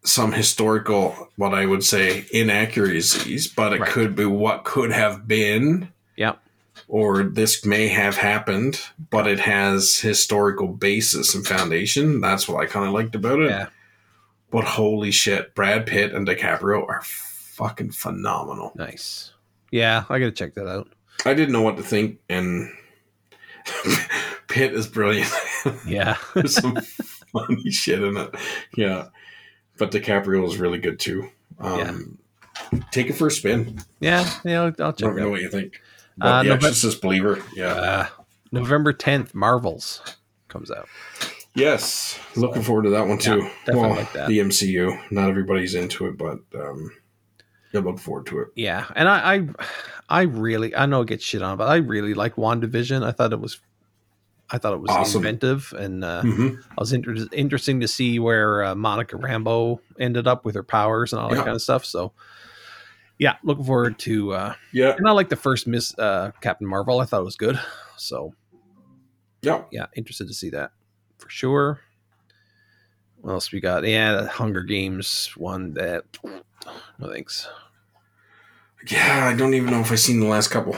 Speaker 2: some historical what i would say inaccuracies but it
Speaker 1: Right.
Speaker 2: could be what could have been
Speaker 1: Yep.
Speaker 2: or this may have happened but it has historical basis and foundation that's what i kind of liked about it
Speaker 1: yeah.
Speaker 2: but holy shit brad pitt and dicaprio are fucking phenomenal
Speaker 1: Nice. Yeah. I got to check that out.
Speaker 2: i didn't know what to think and pitt is brilliant
Speaker 1: Yeah.
Speaker 2: There's some funny shit in it. Yeah. But DiCaprio is really good too. Um, Take it for a spin.
Speaker 1: yeah. Yeah. I'll, I'll check that
Speaker 2: Let me know
Speaker 1: out.
Speaker 2: what you think. But
Speaker 1: Uh,
Speaker 2: The
Speaker 1: November,
Speaker 2: Exorcist Believer. Yeah.
Speaker 1: uh, November 10th, Marvels comes out.
Speaker 2: yes. Looking forward to that one too.
Speaker 1: definitely
Speaker 2: well,
Speaker 1: like that.
Speaker 2: the MCU. Not everybody's into it, but um, I look forward to it.
Speaker 1: Yeah, and I, I, I really, I know I get shit on, but I really like Wandavision. I thought it was, I thought it was
Speaker 2: Awesome.
Speaker 1: inventive, and uh,
Speaker 2: Mhm.
Speaker 1: I was inter- interesting to see where uh, Monica Rambo ended up with her powers and all that
Speaker 2: Yeah.
Speaker 1: kind of stuff. So, yeah, looking forward to. Uh,
Speaker 2: Yeah.
Speaker 1: and I like the first Miss uh, Captain Marvel. I thought it was good. So
Speaker 2: Yeah.
Speaker 1: yeah, interested to see that for sure. What else we got? Yeah, the Hunger Games one that. No thanks.
Speaker 2: Yeah. I don't even know if I've seen the last couple.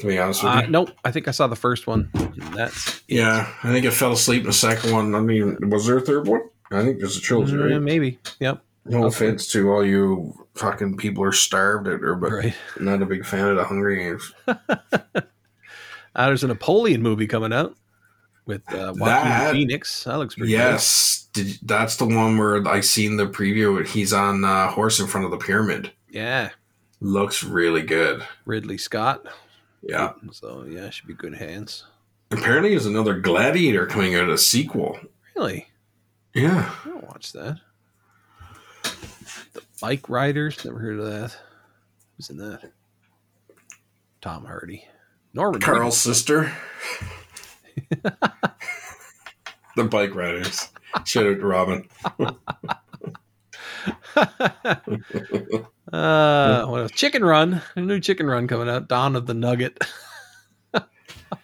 Speaker 2: To be honest with
Speaker 1: Uh,
Speaker 2: you.
Speaker 1: nope, I think I saw the first one. and That's it.
Speaker 2: Yeah. I think I fell asleep in the second one. I mean, was there a third one? I think there's a trilogy,
Speaker 1: Mm,
Speaker 2: right?
Speaker 1: maybe. Yep.
Speaker 2: No
Speaker 1: Okay.
Speaker 2: offense to all you fucking people who are starved out there, but
Speaker 1: Right.
Speaker 2: not a big fan of the Hungry Games.
Speaker 1: Uh, there's a Napoleon movie coming out with uh, Joaquin
Speaker 2: That-
Speaker 1: Phoenix. That looks pretty.
Speaker 2: Yes, did, that's the one where I seen the preview. He's on a horse in front of the pyramid.
Speaker 1: Good. Yeah.
Speaker 2: Looks really good.
Speaker 1: Ridley Scott.
Speaker 2: Yeah.
Speaker 1: So yeah, should be good hands.
Speaker 2: Apparently, there's another Gladiator coming out, a sequel.
Speaker 1: Really?
Speaker 2: Yeah.
Speaker 1: I don't watch that. The Bike Riders. Never heard of that. Who's in that? Tom Hardy. Norman.
Speaker 2: Carl's sister. the bike riders. Shout out to Robin.
Speaker 1: Reedus. uh, what else? Chicken Run. A new Chicken Run coming out. Dawn of the Nugget. I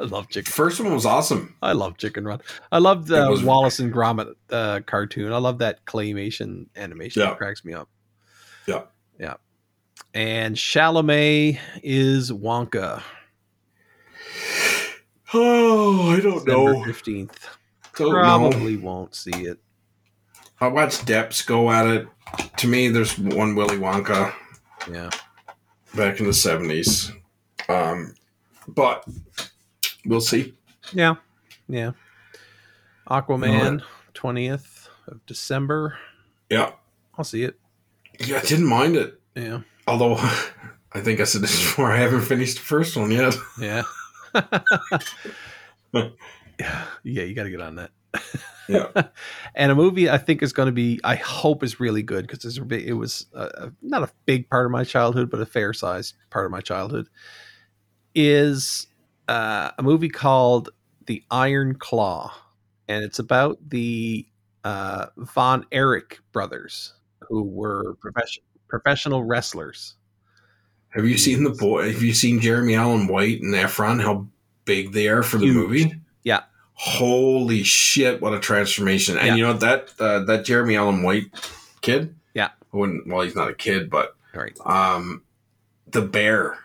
Speaker 1: love Chicken.
Speaker 2: First one was awesome.
Speaker 1: I love Chicken Run. I love
Speaker 2: It
Speaker 1: the
Speaker 2: was-
Speaker 1: Wallace and Gromit uh, cartoon. I love that claymation animation.
Speaker 2: Yeah.
Speaker 1: It cracks me up.
Speaker 2: Yeah.
Speaker 1: Yeah. And Chalamet is Wonka.
Speaker 2: Oh, I don't know.
Speaker 1: fifteenth.
Speaker 2: Don't know.
Speaker 1: Probably won't see it.
Speaker 2: I watched Depps go at it. To me, there's one Willy Wonka
Speaker 1: Yeah.
Speaker 2: back in the seventies, um, but we'll see.
Speaker 1: Yeah. Yeah. Aquaman, twentieth of December.
Speaker 2: Yeah,
Speaker 1: I'll see it.
Speaker 2: yeah, I didn't mind it.
Speaker 1: Yeah.
Speaker 2: Although, I think I said this before. I haven't finished the first one yet.
Speaker 1: Yeah. yeah, you got to get on that.
Speaker 2: Yeah.
Speaker 1: and a movie I think is going to be, I hope is really good because it was uh uh not a big part of my childhood, but a fair sized part of my childhood. Is uh, a movie called The Iron Claw, and it's about the uh, Von Erich brothers who were profession, professional wrestlers.
Speaker 2: Have you seen the boy? Have you seen Jeremy Allen White and Efron? How big they are for the
Speaker 1: Huge.
Speaker 2: movie?
Speaker 1: Yeah.
Speaker 2: Holy shit! What a transformation! And
Speaker 1: Yeah.
Speaker 2: you know that uh, that Jeremy Allen White kid.
Speaker 1: Yeah.
Speaker 2: When well, he's not a kid, but
Speaker 1: Right.
Speaker 2: um, the bear.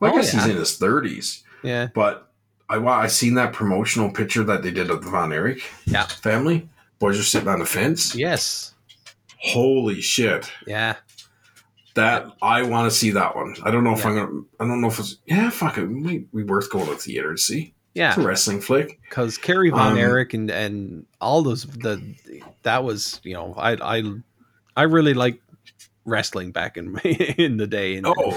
Speaker 2: Well, I
Speaker 1: Oh,
Speaker 2: guess he's
Speaker 1: yeah.
Speaker 2: in his thirties,
Speaker 1: Yeah.
Speaker 2: but I wa- I seen that promotional picture that they did of the Von Erich
Speaker 1: Yeah.
Speaker 2: family. Boys are sitting on the fence.
Speaker 1: Yes.
Speaker 2: Holy shit!
Speaker 1: Yeah.
Speaker 2: That I want to see that one. I don't know if
Speaker 1: Yeah.
Speaker 2: I'm gonna. I don't know if it's yeah. Fuck it, might be worth going to the theater to see.
Speaker 1: Yeah.
Speaker 2: It's a wrestling flick.
Speaker 1: because Kerry Von
Speaker 2: Um,
Speaker 1: Erich and and all those the that was you know I I I really liked wrestling back in in the day and
Speaker 2: Oh,
Speaker 1: and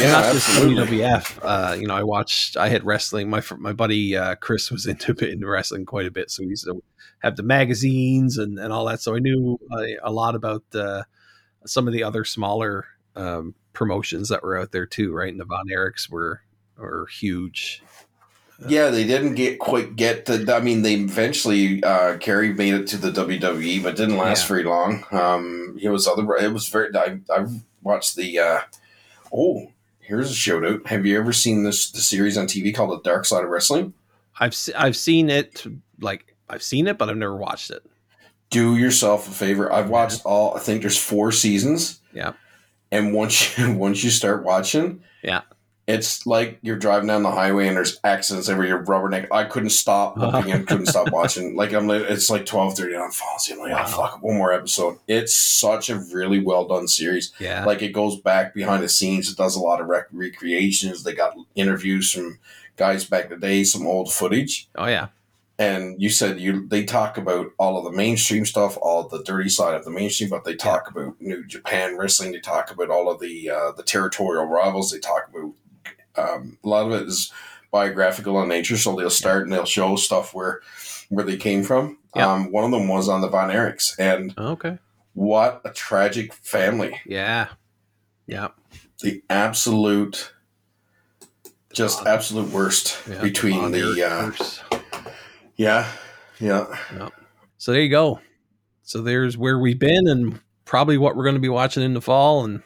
Speaker 2: yeah,
Speaker 1: not just
Speaker 2: absolutely.
Speaker 1: WWF uh you know I watched I had wrestling my fr- my buddy uh, Chris was into into wrestling quite a bit so we used to have the magazines and and all that so I knew uh, a lot about uh, some of the other smaller um, promotions that were out there too right and the Von Erichs were were huge
Speaker 2: Yeah, they didn't get quite get the. I mean, they eventually uh, Kerry made it to the WWE, but didn't last
Speaker 1: Yeah.
Speaker 2: very long. Um, it was other. It was very. I, I watched the. Uh, oh, here's a shout out. Have you ever seen this the series on TV called The Dark Side of Wrestling?
Speaker 1: I've se- I've seen it like I've seen it, but I've never watched it.
Speaker 2: Do yourself a favor. I've watched all. I think there's four seasons.
Speaker 1: Yeah.
Speaker 2: And once you once you start watching,
Speaker 1: Yeah.
Speaker 2: it's like you're driving down the highway and there's accidents everywhere. Rubberneck. I couldn't stop looking and couldn't stop watching. Like I'm, like, it's like twelve thirty and I'm falling asleep. I'm like, oh
Speaker 1: Wow.
Speaker 2: fuck, one more episode. It's such a really well done series.
Speaker 1: Yeah,
Speaker 2: Like it goes back behind the scenes. It does a lot of rec- recreations. They got interviews from guys back in the day, some old footage
Speaker 1: oh yeah,
Speaker 2: and you said you they talk about all of the mainstream stuff, all the dirty side of the mainstream, but they talk about New Japan wrestling. They talk about all of the uh, the territorial rivals. They talk about um, a lot of it is biographical in nature, so they'll start and they'll show stuff where where they came from.
Speaker 1: Yeah.
Speaker 2: Um, one of them was on the Von Erichs, and
Speaker 1: Oh, okay,
Speaker 2: what a tragic family!
Speaker 1: yeah, yeah,
Speaker 2: The absolute, just
Speaker 1: Von-
Speaker 2: absolute worst
Speaker 1: yeah.
Speaker 2: between
Speaker 1: Von
Speaker 2: the uh,
Speaker 1: Erich first.
Speaker 2: yeah, yeah.
Speaker 1: so there you go. So there's where we've been, and probably what we're going to be watching in the fall, and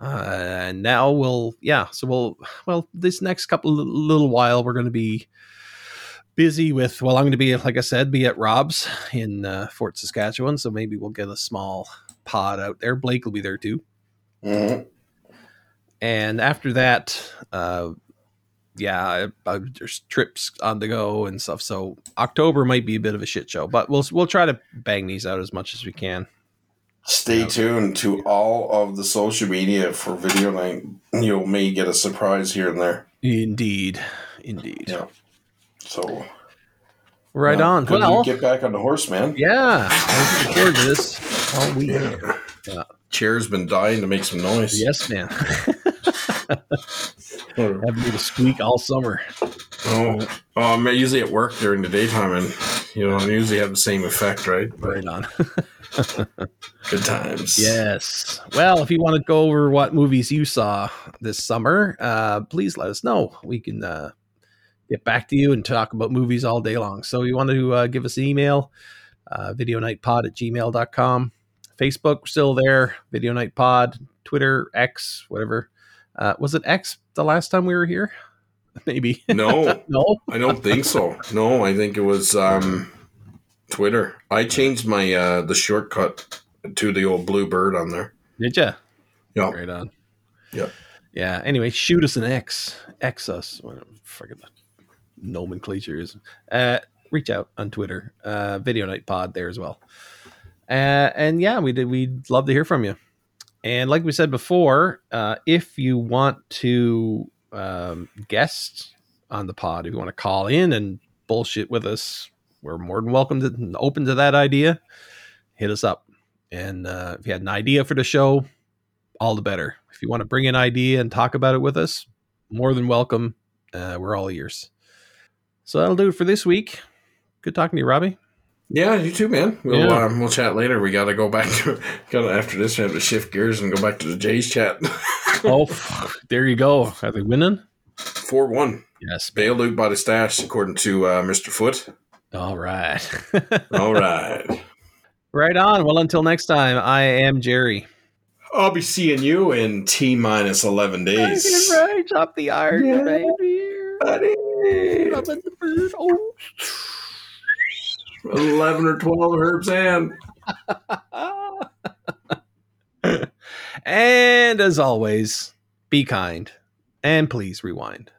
Speaker 1: uh, and now we'll yeah. So we'll well this next couple li- little while we're going to be busy with well I'm going to be like I said be at Rob's in uh, Fort Saskatchewan, so maybe we'll get a small pod out there. Blake will be there too.
Speaker 2: hmm
Speaker 1: and after that uh yeah I, I, there's trips on the go and stuff so october might be a bit of a shit show but we'll we'll try to bang these out as much as we can
Speaker 2: Stay
Speaker 1: Yeah.
Speaker 2: tuned to all of the social media for video night. You may get a surprise here and there.
Speaker 1: indeed indeed
Speaker 2: Yeah. So
Speaker 1: right
Speaker 2: uh,
Speaker 1: on
Speaker 2: good
Speaker 1: well
Speaker 2: to get back on the horse, man.
Speaker 1: yeah i was looking forward to this all week
Speaker 2: Yeah.
Speaker 1: Yeah.
Speaker 2: Chair's been dying to make some noise.
Speaker 1: yes man
Speaker 2: Oh,
Speaker 1: have me to squeak all summer
Speaker 2: oh, I'm usually at work during the daytime, and you know, I usually have the same effect, right?
Speaker 1: right on
Speaker 2: Good times.
Speaker 1: Yes. Well, if you want to go over what movies you saw this summer, uh, please let us know. We can uh, get back to you and talk about movies all day long. So you want to uh, give us an email, uh, videonightpod at gmail.com. Facebook, we're still there, Video Night Pod, Twitter, X, whatever. Uh, was it X the last time we were here? Maybe.
Speaker 2: No,
Speaker 1: No?
Speaker 2: I don't think so. No, I think it was um, Twitter. I changed my uh, the shortcut to the old blue bird on there.
Speaker 1: Did ya?
Speaker 2: Yeah.
Speaker 1: Right on.
Speaker 2: Yeah.
Speaker 1: Yeah. Anyway, shoot us an X. X us. Whatever the frick the nomenclature is. Uh, reach out on Twitter. Uh, Video Night Pod there as well. Uh, and yeah, we did. We'd love to hear from you. And like we said before, uh, if you want to um, guest on the pod, if you want to call in and bullshit with us, we're more than welcome to and open to that idea. Hit us up. And uh, if you had an idea for the show, all the better. If you want to bring an idea and talk about it with us, more than welcome. Uh, we're all ears. So that'll do it for this week. Good talking to you, Robbie.
Speaker 2: Yeah, you too, man. We'll
Speaker 1: Yeah.
Speaker 2: um, we'll chat later. We gotta go back to gotta after this. We have to shift gears and go back to the Jays chat.
Speaker 1: Oh, fuck. there you go. Are they winning?
Speaker 2: Four one
Speaker 1: Yes.
Speaker 2: bailed out by the stash, according to uh, Mister Foot.
Speaker 1: All right.
Speaker 2: All right,
Speaker 1: right on. Well, until next time, I am Jerry.
Speaker 2: I'll be seeing you in T minus 11 days.
Speaker 1: right up the arc,
Speaker 2: Yeah.
Speaker 1: baby.
Speaker 2: Buddy.
Speaker 1: Up in the bird. Oh.
Speaker 2: 11 or 12 herbs and.
Speaker 1: ah. and as always, be kind and please rewind.